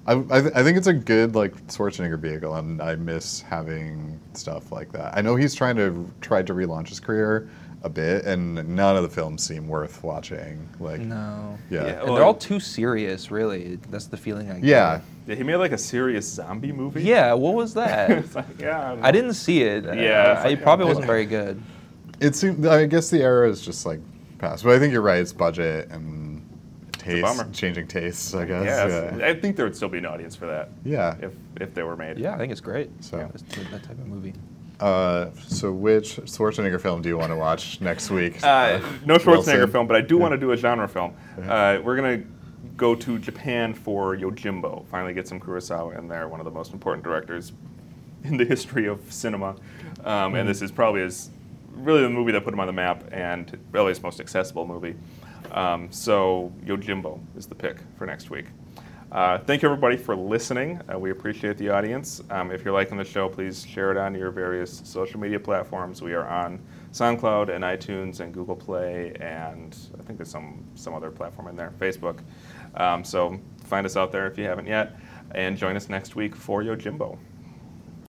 Speaker 1: I, I, th- I think it's a good like Schwarzenegger vehicle, and I miss having stuff like that. I know he's trying to tried to relaunch his career a bit, and none of the films seem worth watching. Like,
Speaker 4: No.
Speaker 1: yeah,
Speaker 2: Yeah.
Speaker 4: And they're all too serious, really. That's the feeling I get.
Speaker 1: yeah,
Speaker 2: Yeah, he made like a serious zombie movie.
Speaker 4: Yeah, what was that?
Speaker 2: it's like, yeah. don't
Speaker 4: I
Speaker 2: know.
Speaker 4: didn't see it.
Speaker 2: Yeah, it's
Speaker 4: I,
Speaker 2: like-
Speaker 4: it probably wasn't very good.
Speaker 1: It seemed. I guess the era is just like past, but I think you're right. It's budget and taste,
Speaker 2: bummer.
Speaker 1: changing tastes. I guess.
Speaker 2: Yeah,
Speaker 1: Yeah.
Speaker 2: it's- I think there would still be an audience for that
Speaker 1: Yeah.
Speaker 2: if if they were made.
Speaker 4: Yeah, I think it's great.
Speaker 1: So-
Speaker 4: It's th- that type of movie.
Speaker 1: Uh, so, which Schwarzenegger film do you want to watch next week?
Speaker 2: Uh, no Schwarzenegger
Speaker 1: Wilson?
Speaker 2: film, but I do want to do a genre film. Uh, we're gonna go to Japan for Yojimbo. Finally, get some Kurosawa in there. One of the most important directors in the history of cinema, um, and this is probably his really the movie that put him on the map and really his most accessible movie. Um, so Yojimbo is the pick for next week. Uh, thank you everybody for listening. Uh, we appreciate the audience. Um, if you're liking the show, please share it on your various social media platforms. We are on SoundCloud and iTunes and Google Play and I think there's some some other platform in there, Facebook. Um, so find us out there if you haven't yet, and join us next week for Yojimbo.